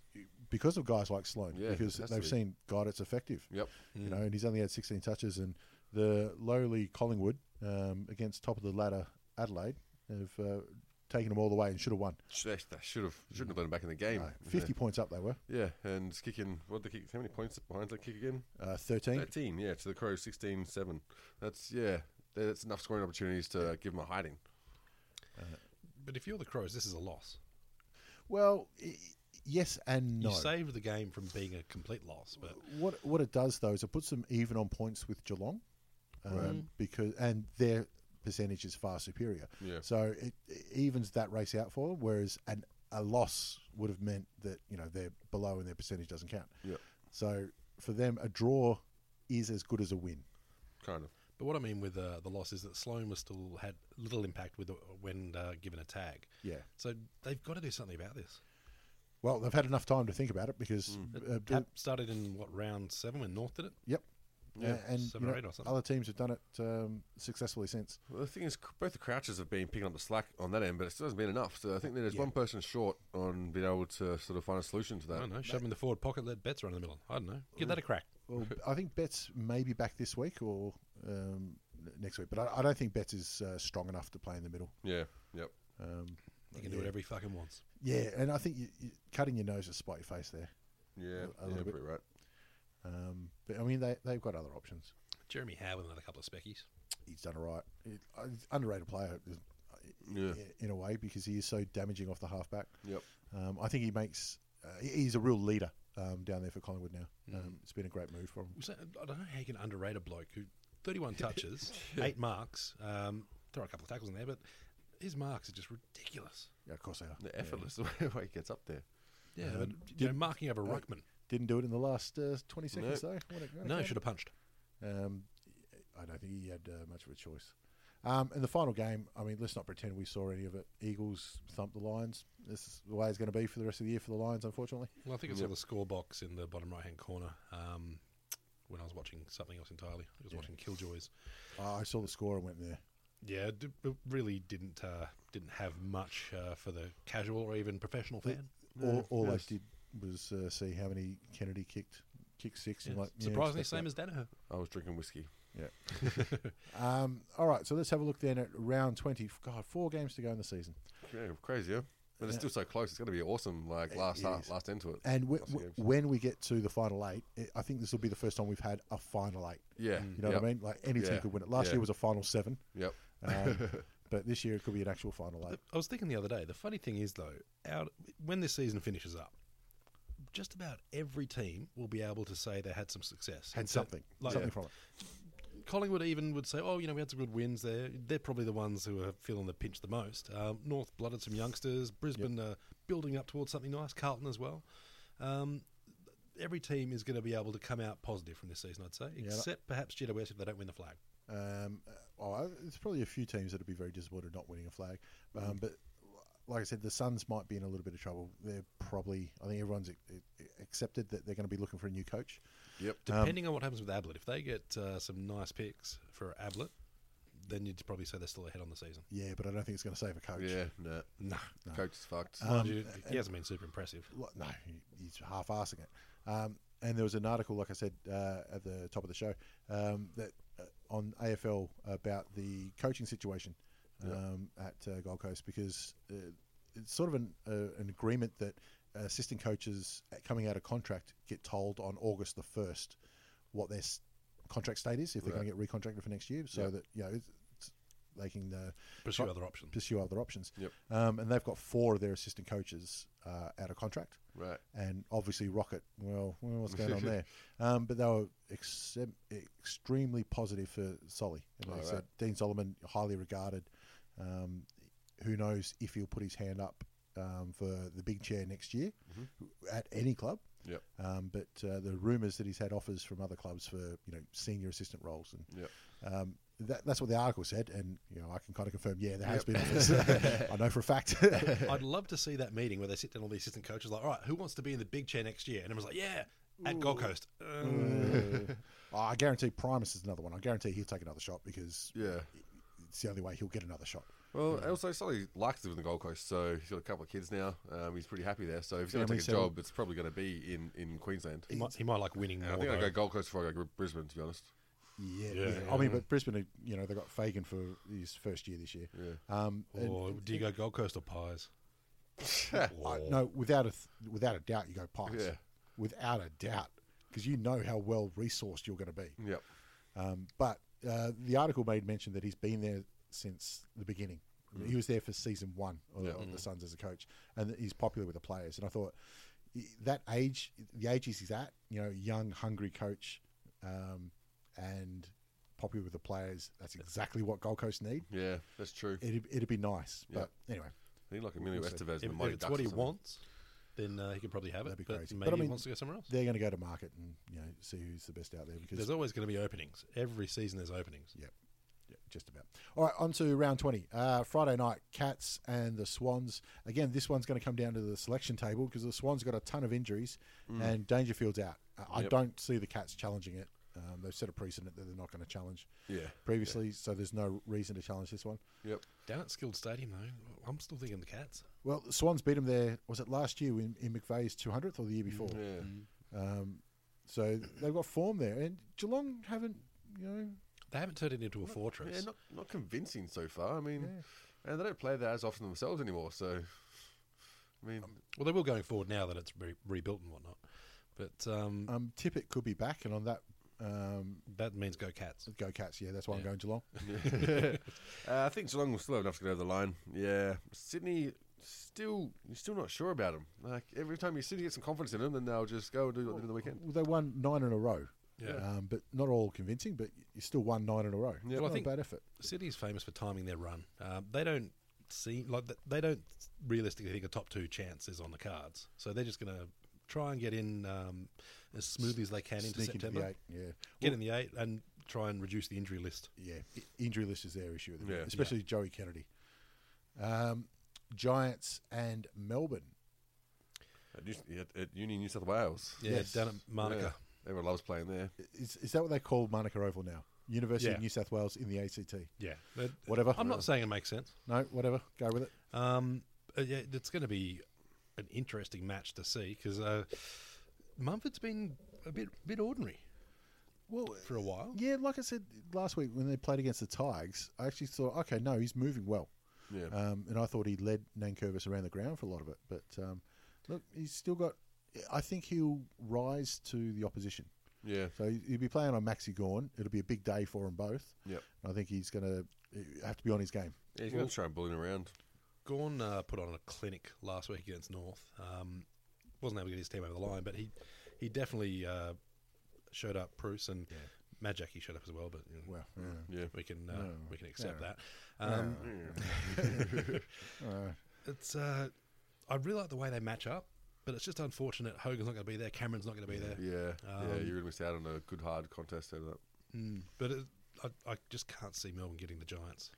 because of guys like Sloan, Yeah, because has to they've be. seen God, it's effective. Yep. You know, and he's only had 16 touches, and the lowly Collingwood um, against top of the ladder Adelaide have uh, taken them all the way and should have won. Sh- They they should have shouldn't have let him back in the game. Uh, 50 points up they were, Yeah, and it's kicking. What the kick? How many points behind that kick again? uh, 13. Thirteen. Yeah, to the Crows, 16-7. That's yeah. That's enough scoring opportunities to give him a hiding. But if you're the Crows, this is a loss. Well, i- yes and no. You saved the game from being a complete loss, but What what it does though is it puts them even on points with Geelong, um, Mm. because and their percentage is far superior. Yeah. So it, it evens that race out for them. Whereas an, a loss would have meant that you know they're below and their percentage doesn't count. Yep. So for them, a draw is as good as a win. Kind of. but what I mean with uh, the loss is that Sloan was still had little impact with the, when uh, given a tag. Yeah. So they've got to do something about this. Well, they've had enough time to think about it because uh, It hap- started in what round seven when North did it. yep. Yeah, Uh, and seven you or know, eight or something. other teams have done it um, successfully since. Well, the thing is, c- both the Crouches have been picking up the slack on that end, but it still hasn't been enough. So I think there's one person short on being able to sort of find a solution to I that. don't know. Shove 'em in the forward pocket, let Betts run in the middle. I don't know. Give that a crack. Well, I think Betts may be back this week or um, n- next week, but I, I don't think Betts is uh, strong enough to play in the middle. Yeah. Yep. Um, He can do whatever he fucking wants. yeah, and I think you, you, cutting your nose to spite your face there. Yeah. A- a yeah. little bit. Pretty right. Um, but I mean, they, they've got other options. Jeremy Howe with another couple of speckies. He's done all right. He- uh, he's underrated player uh, Yeah. i- in a way because he is so damaging off the halfback. Yep. Um, I think he makes. Uh, he- he's a real leader um, down there for Collingwood now. Um, it's been a great move for him. So, I don't know how you can underrate a bloke who 31 touches, eight marks. Um, throw a couple of tackles in there, but his marks are just ridiculous. Yeah, of course they are. The effortless the way he gets up there. Yeah, but, Um, Oh, you know, marking over Ruckman. Didn't do it in the last uh, 20 seconds, Nope. though. What a- what a No, game. should have punched. Um, I don't think he had uh, much of a choice. Um, and the final game, I mean, let's not pretend we saw any of it. Eagles thumped the Lions. This is the way it's going to be for the rest of the year for the Lions, unfortunately. Well, I think I saw the score box in the bottom right hand corner um, when I was watching something else entirely. I was watching Killjoys. Uh, I saw the score and went there. Yeah, it d- it really didn't uh, didn't have much uh, for the casual or even professional fan. all all yes. I did was uh, see how many Kennedy kicked, kicked six. And Yeah, like, yeah, Surprisingly, stuff like same as Danaher. I was drinking whiskey. that. Um, all right, so let's have a look then at round 20. God, four games to go in the season. Yeah, crazy, yeah. But it's still so close. It's going to be awesome. Like last uh, is. last end to it. And w- Lots of w- games. when we get to the final eight, it, I think this will be the first time we've had a final eight. yeah, You know yep. what I mean? Like any team Yeah. could win it. Last Yeah. year was a final seven. Yep. Um, but this year it could be an actual final eight. I was thinking the other day. The funny thing is, though, out when this season finishes up, just about every team will be able to say they had some success, Had And so- something, Like something from it. Collingwood even would say, "Oh, you know, we had some good wins there." They're probably the ones who are feeling the pinch the most. Um, North blooded some youngsters. Brisbane uh, building up towards something nice. Carlton as well. Um, every team is going to be able to come out positive from this season, I'd say, except perhaps GWS if they don't win the flag. Um, oh, I- there's probably a few teams that'd be very disappointed not winning a flag. Um, but like I said, the Suns might be in a little bit of trouble. They're probably, I think everyone's ac- ac- accepted that they're going to be looking for a new coach. Yep. Um, Depending on what happens with Ablett, if they get uh, some nice picks for Ablett, then you'd probably say they're still ahead on the season. Yeah, but I don't think it's going to save a coach. Yeah, no. No, Coach is fucked. Uh. Um, he hasn't been super impressive. Lo- no, he, he's half-assing it. Um, and there was an article, like I said uh, at the top of the show, um, that uh, on AFL about the coaching situation um, at uh, Gold Coast because uh, it's sort of an uh, an agreement that assistant coaches uh, coming out of contract get told on August the first what their s- contract state is if they're going to get recontracted for next year, so Yep. that you know it's, it's, they can uh, Pursue Right. other options. pursue other options. Yep. Um, and they've got four of their assistant coaches uh, out of contract Right. and obviously Rocket. Well, well, what's going on there? Um, but they were excep extremely positive for Solly. And like I All said, Dean Solomon, highly regarded. Um, who knows if he'll put his hand up um, for the big chair next year at any club? Yep. Um, but uh, the rumours that he's had offers from other clubs for you know senior assistant roles, and Yep. um, that, that's what the article said. And you know I can kind of confirm, yeah, there has been offers. I know for a fact. I'd love to see that meeting where they sit down all the assistant coaches, like, all right, who wants to be in the big chair next year? And everyone's like, yeah, at Gold Coast. Mm. Um, Oh, I guarantee Primus is another one. I guarantee he'll take another shot because Yeah. it's the only way he'll get another shot. Well, and also Sully likes to live in the Gold Coast, so he's got a couple of kids now. Um, he's pretty happy there. So if he's going to Family take a settled. job, it's probably going to be in, in Queensland. he, might, he might like winning And I more. think I though. go Gold Coast before I go Brisbane, to be honest. Yeah, Yeah. yeah. I mean, but Brisbane, are- you know, they got Fagan for his first year this year. Yeah. Oh, Um, and- Or do you go Gold Coast or Pies? I- no, without a th- without a doubt, you go Pikes. Yeah. Without a doubt, because you know how well resourced you're going to be. Yep. Um, but uh, the article made mention that he's been there since the beginning. He was there for season one of, Mm. Yeah. Mm. of the Suns as a coach, and he's popular with the players. And I thought i- that age, the age he's at, you know, young, hungry coach, um, and popular with the players. That's exactly what Gold Coast need. Yeah, that's true. It'd, it'd be nice, Yeah. but anyway, He like Emilio We'll see. Estevez If, in the if Mighty it's Ducks what or he something. wants, then uh, he could probably have it. That'd be but crazy. But maybe I mean, he wants to go somewhere else. they're going to go to market and you know see who's the best out there because There's always going to be openings. Every season there's openings. Yep. Yep, just about. All right, on to round 20. Uh, Friday night, Cats and the Swans. Again, this one's going to come down to the selection table because the Swans got a ton of injuries and Dangerfield's out. Uh, I, I Mm. Yep. don't see the Cats challenging it. Um, they've set a precedent that they're not going to challenge Yeah. previously, so there's no reason to challenge this one. Yep. Down at Skilled Stadium, though, I'm still thinking the Cats. Well, the Swans beat them there, was it last year in, in McVeigh's 200th or the year Oh, before? Mm, Yeah. Um, so they've got form there. And Geelong haven't, you know, They haven't turned it into a fortress. Yeah, not, not convincing so far. I mean, and they don't play that as often themselves anymore. So, I mean, Well, they will going forward now that it's re- rebuilt and whatnot. But um, um, Tippett could be back. And on that, um, that means go Cats. go Cats. Yeah, that's why I'm going Geelong. uh, I think Geelong will still have enough to get over the line. Yeah, Sydney still you're still not sure about them. Like every time you seem to get some confidence in them, then they'll just go and do what they did on the weekend. Well, they won nine in a row. Yeah. Um, but not all convincing, but you still won nine in a row. Yeah. Well, I not think- a bad effort. Sydney's famous for timing their run. Um, they don't see like th- they don't realistically think a top two chance is on the cards. So they're just going to try and get in um, as smoothly as they can into Sneak into September. the eight. Yeah. Get in the eight and try and reduce the injury list. Yeah. I- Injury list is their issue, at the minute, Yeah. especially Joey Kennedy. Um, Giants and Melbourne. At, New- at, at Uni New South Wales. Yeah, Yes. down at Monica. Yeah, everyone loves playing there. Is, is that what they call Monica Oval now? University of Yeah. New South Wales in the ACT. Yeah, But Whatever. I'm not saying it makes sense. No, whatever. Go with it. Um, uh, yeah, it's going to be an interesting match to see because uh, Mumford's been a bit bit ordinary Well, for a while. yeah, like I said last week when they played against the Tigers, I actually thought, okay, no, he's moving well. Yeah. Um, and I thought he led Nankervis around the ground for a lot of it. But um, look, he's still got. I think he'll rise to the opposition. yeah. So he- he'll be playing on Maxi Gorn. It'll be a big day for them both. Yep. And I think he's going to have to be on his game. Yeah, he's going to try and bully around. Gorn uh, put on a clinic last week against North. Um, wasn't able to get his team over the line, but he he definitely uh, showed up. Bruce and Mad Jackie showed up as well, but you know, Well, yeah. Yeah. we can uh, No. we can accept No. that. Um, Uh, It's uh, I really like the way they match up, but it's just unfortunate Hogan's not going to be there, Cameron's not going to be there. Yeah. yeah, Um, you're going to miss out on a good hard contest out of that. Mm, but it, I, I just can't see Melbourne getting the Giants.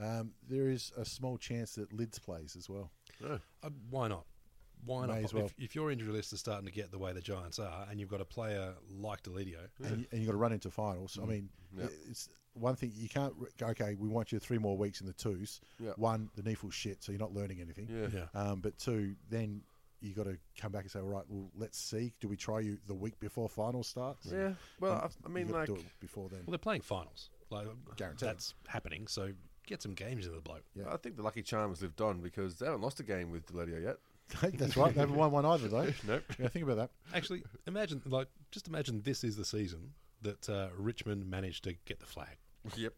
Um, there is a small chance that Lids plays as well. Uh, why not? Why May not? as well. If, if your injury list is starting to get the way the Giants are, and you've got a player like Delidio, and, you, and you've got to run into finals. I mean, Yeah. it's one thing you can't. re- go, Okay, we want you three more weeks in the twos. Yeah. One, the NEFL's shit, so you're not learning anything. Yeah. yeah, Um, but two, then you got to come back and say, all right, well, let's see. Do we try you the week before finals starts? Yeah. Well, And I, I Um, mean, you gotta like, do it before then. well they're playing finals, like Guaranteed. that's happening. So get some games in the bloke. Yeah. I think the lucky charm has lived on because they haven't lost a game with Deledio yet. That's right. They haven't won one either, though. Nope. Yeah, think about that. Actually, imagine like just imagine this is the season that uh, Richmond managed to get the flag. yep.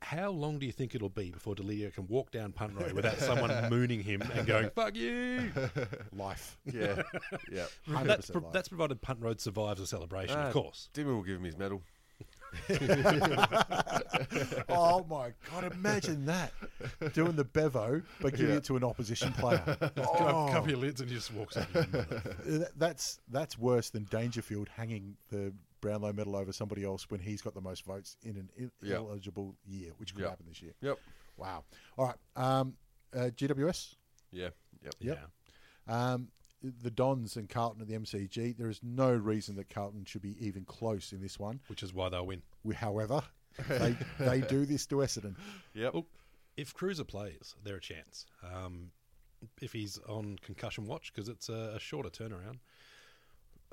How long do you think it'll be before Delidio can walk down punt road without someone mooning him and going "fuck you"? Life. Yeah. yeah. That's, 100% pro- life. that's provided punt road survives the celebration, Ah, of course. Dimon will give him his medal. oh my god! Imagine that doing the bevo, but giving it to an opposition player. Oh. Oh, uh, Cover your lids and he just walks. in. that- that's that's worse than Dangerfield hanging the Brownlow medal over somebody else when he's got the most votes in an il- Yeah. eligible year, which could Yeah. happen this year. Yep. Wow. All right. Um, uh, GWS. Yeah. Yep. Yep. Um, the Dons and Carlton at the MCG. There is no reason that Carlton should be even close in this one. which is why they'll win. We, however, they, they do this to Essendon. Yep. Oh, if Cruiser plays, they're a chance. Um, if he's on concussion watch, because it's a, a shorter turnaround,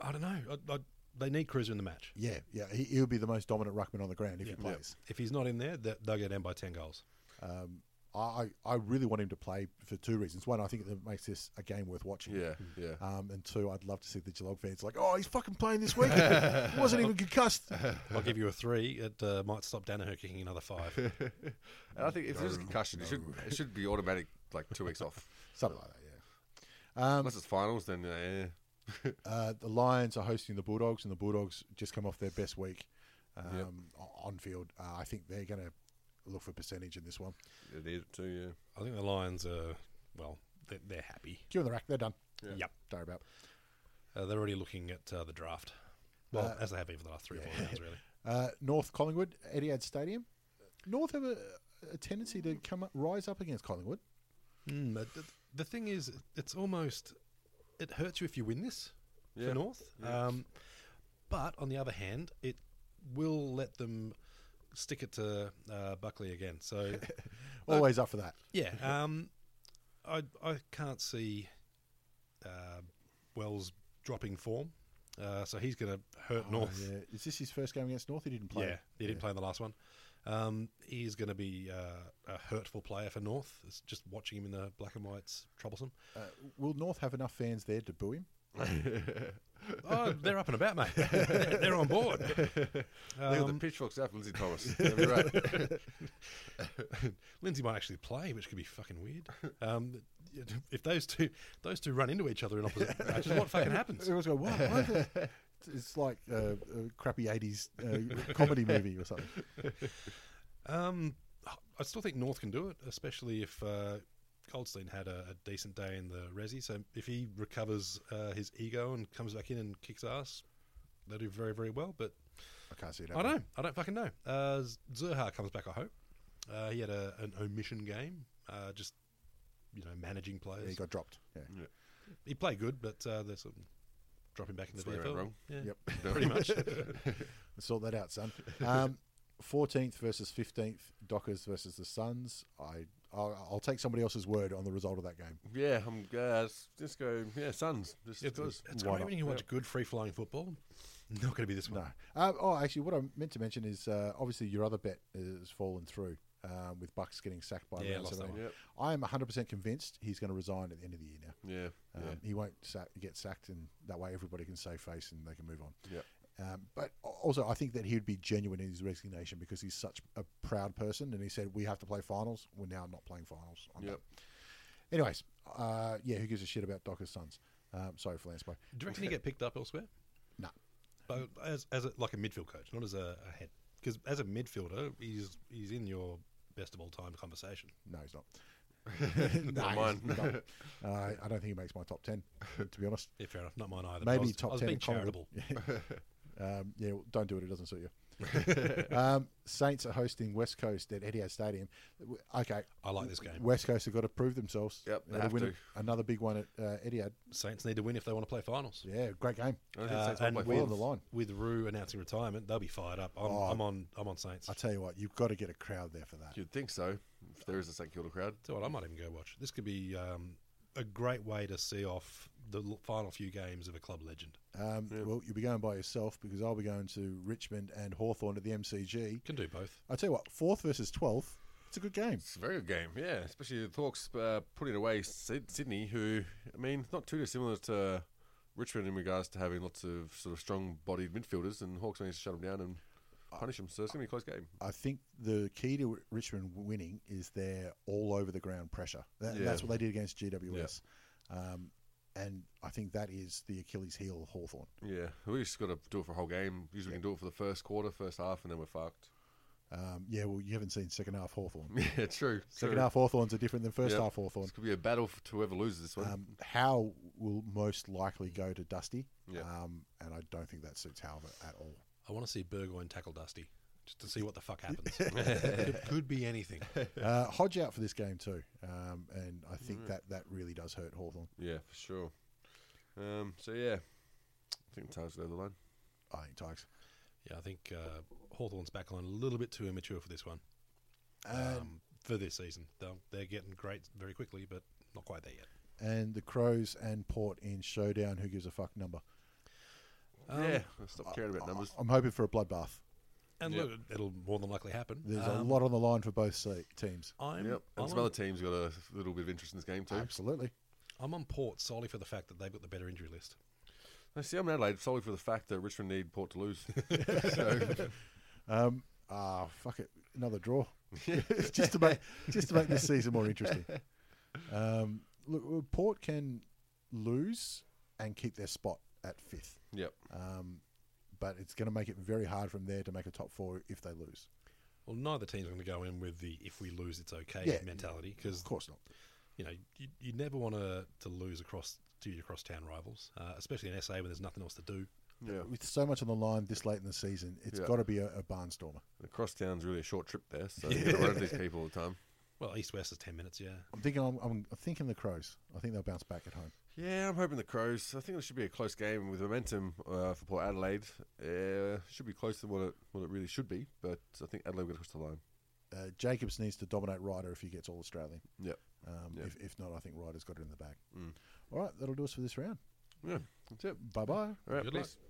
I don't know. I, I, they need Cruiser in the match. Yeah, yeah. He, he'll be the most dominant ruckman on the ground if Yeah. he plays. If he's not in there, they- they'll go down by 10 goals. Um, I, I I really want him to play for two reasons. One, I think that makes this a game worth watching. Yeah. Yeah. Um, and two, I'd love to see the Geelong fans like, oh, he's fucking playing this week. He wasn't even concussed. I'll give you a three. It uh, might stop Danaher kicking another five. And I think if there's a concussion, it should it should be automatic, like two weeks off. Something like that, yeah. Um, Unless it's finals, then yeah. uh, the Lions are hosting the Bulldogs, and the Bulldogs just come off their best week um, Yep. o- on field. Uh, I think they're going to look for percentage in this one. It is too. Yeah. I think the Lions are, well, they're, they're happy. Give them the rack. They're done. Yeah. Yep. Don't worry about it. Uh, they're already looking at uh, the draft. Well, Uh, as they have been for the last three or four rounds, really. Uh, North Collingwood, Etihad Stadium. North have a, a tendency to come up, rise up against Collingwood. Mm, but th- the thing is, it's almost it hurts you if you win this Yeah. for North. Um, but on the other hand, it will let them stick it to uh, Buckley again. So Uh, Always up for that. yeah, um, I I can't see uh, Wells dropping form. Uh, so he's going to hurt North. Oh, yeah. Is this his first game against North? He didn't play. Yeah, he didn't play in the last one. Um, he is going to be uh, a hurtful player for North. It's just watching him in the black and white's troublesome. Uh, will North have enough fans there to boo him? Oh, they're up and about, mate. they're, they're on board. They got the Um, pitchforks out for Lindsay Thomas. That'd be right. Um, Lindsay might actually play, which could be fucking weird. Um, if those two those two run into each other in opposite matches, what fucking happens? Everyone's going, wow. why the-" It's like uh, a crappy 80s uh, comedy movie or something. Um, I still think North can do it, especially if uh, Goldstein had a, a decent day in the resi. So if he recovers uh, his ego and comes back in and kicks ass, they'll do very very well. But I can't see it. I happening. don't. I don't fucking know. Uh, Zerha comes back. I hope. Uh, he had a, an omission game. Uh, just you know, managing players. Yeah, he got dropped. Yeah. he played good, but uh, they're sort of dropping back into the That's where I VFL. went wrong. Yeah, Yep. pretty much. Sort that out, son. Um, 14th versus 15th, Dockers versus the Suns. I, I'll, I'll take somebody else's word on the result of that game. yeah. I'm. Uh, just go. Yeah. Suns. Just it's because. it's Why great not? when you watch good free flying football. Not going to be this one. No. Um, oh, actually, what I meant to mention is uh, obviously your other bet has fallen through um, with Bucks getting sacked by Yeah, I Rouse. lost that I mean, one. Yep. I am 100% convinced he's going to resign at the end of the year now. Yeah. Um, Yeah. He won't sa- get sacked, and that way everybody can save face and they can move on. Yep. Um, but al- also, I think that he would be genuine in his resignation because he's such a proud person, and he said, "We have to play finals. We're now not playing finals." I'm Yep. done." Anyways, uh, yeah, who gives a shit about Docker's sons? Um, sorry for Lance Bay. Do you reckon he get picked up elsewhere? No. But as as a, like a midfield coach, not as a, a head. Because as a midfielder, he's he's in your best of all time conversation. No, he's not. no, Not mine. he's not. Uh, I don't think he makes my top ten, to be honest. Yeah, fair enough. Not mine either. but I Maybe was, top I was ten. being at Collingwood. charitable. um, yeah, well, don't do it. It doesn't suit you. um, Saints are hosting West Coast at Etihad Stadium. W- Okay, I like this game. West Coast have got to prove themselves. Yep, they Gotta have win to. another big one at uh, Etihad. Saints need to win if they want to play finals. Yeah, great game. I don't think Uh, Saints will and play Well on finals. the line. With Rue announcing retirement, they'll be fired up. I'm, Oh. I'm on. I'm on Saints. I tell you what, you've got to get a crowd there for that. You'd think so. If there is a St Kilda crowd, Tell you what, I might even go watch. This could be um, a great way to see off the l- final few games of a club legend. Um, Yeah. Well, you'll be going by yourself because I'll be going to Richmond and Hawthorn at the MCG. Can do both. I tell you what, fourth versus twelfth. It's a good game. it's a very good game. Yeah, especially the Hawks uh, putting away Syd- Sydney, who I mean, not too dissimilar to Richmond in regards to having lots of sort of strong-bodied midfielders, and Hawks managed to shut them down and punish them. So it's gonna be a close game. I think the key to Richmond winning is their all over the ground pressure. That, Yeah. That's what they did against GWS. Um, and I think that is the Achilles heel of Hawthorn. Yeah, we just got to do it for a whole game. Usually we can do it for the first quarter, first half, and then we're fucked. Um, yeah, well, you haven't seen second half Hawthorn. Yeah, true. Second true. half Hawthorns are different than first Yep. half Hawthorn. This could be a battle for to whoever loses this one. Um, Howe will most likely go to Dusty. Yeah. Um, and I don't think that suits Howe at all. I want to see Burgoyne tackle Dusty just to see what the fuck happens. it could be anything. Uh, Hodge out for this game too, um, and I Mm. think that that really does hurt Hawthorn. yeah, for sure. Um, so yeah, I think time's over the line. I think Tigers. Yeah, I think uh, Hawthorne's back line a little bit too immature for this one. Um, Um, for this season, they're, they're getting great very quickly, but not quite there yet. and the Crows and Port in showdown. Who gives a fuck number? Um, yeah, stop caring about numbers. I'm hoping for a bloodbath. And Yep. look, it'll more than likely happen. There's a Um, lot on the line for both se- teams. I'm, yep, I'm, and some other on, teams got a little bit of interest in this game too. Absolutely. I'm on Port solely for the fact that they've got the better injury list. I see. I'm in Adelaide solely for the fact that Richmond need Port to lose. so, Um, ah, fuck it, another draw. just to make just to make this season more interesting. Um, look, well, Port can lose and keep their spot at fifth, yep. um, but it's going to make it very hard from there to make a top four if they lose. Well, neither team's going to go in with the "if we lose, it's okay" Yeah. mentality because Of course not. you know you, you never want to to lose across to your cross town rivals, uh, especially in SA when there's nothing else to do. Yeah. With so much on the line this late in the season, it's Yeah. got to be a, a barnstormer. Across town's really a short trip there, so you got to run into these people all the time. Well, East West is ten minutes, yeah. I'm thinking. I'm, I'm thinking the Crows. I think they'll bounce back at home. Yeah, I'm hoping the Crows. I think it should be a close game with momentum uh, for Port Adelaide. Uh, should be closer than what it what it really should be, but I think Adelaide will get across the line. Uh, Jacobs needs to dominate Ryder if he gets all Australian. Yep. Um, Yeah. if, if not, I think Ryder's got it in the bag. Mm. All right, that'll do us for this round. Yeah, that's it. Bye bye. All right, Good luck. peace.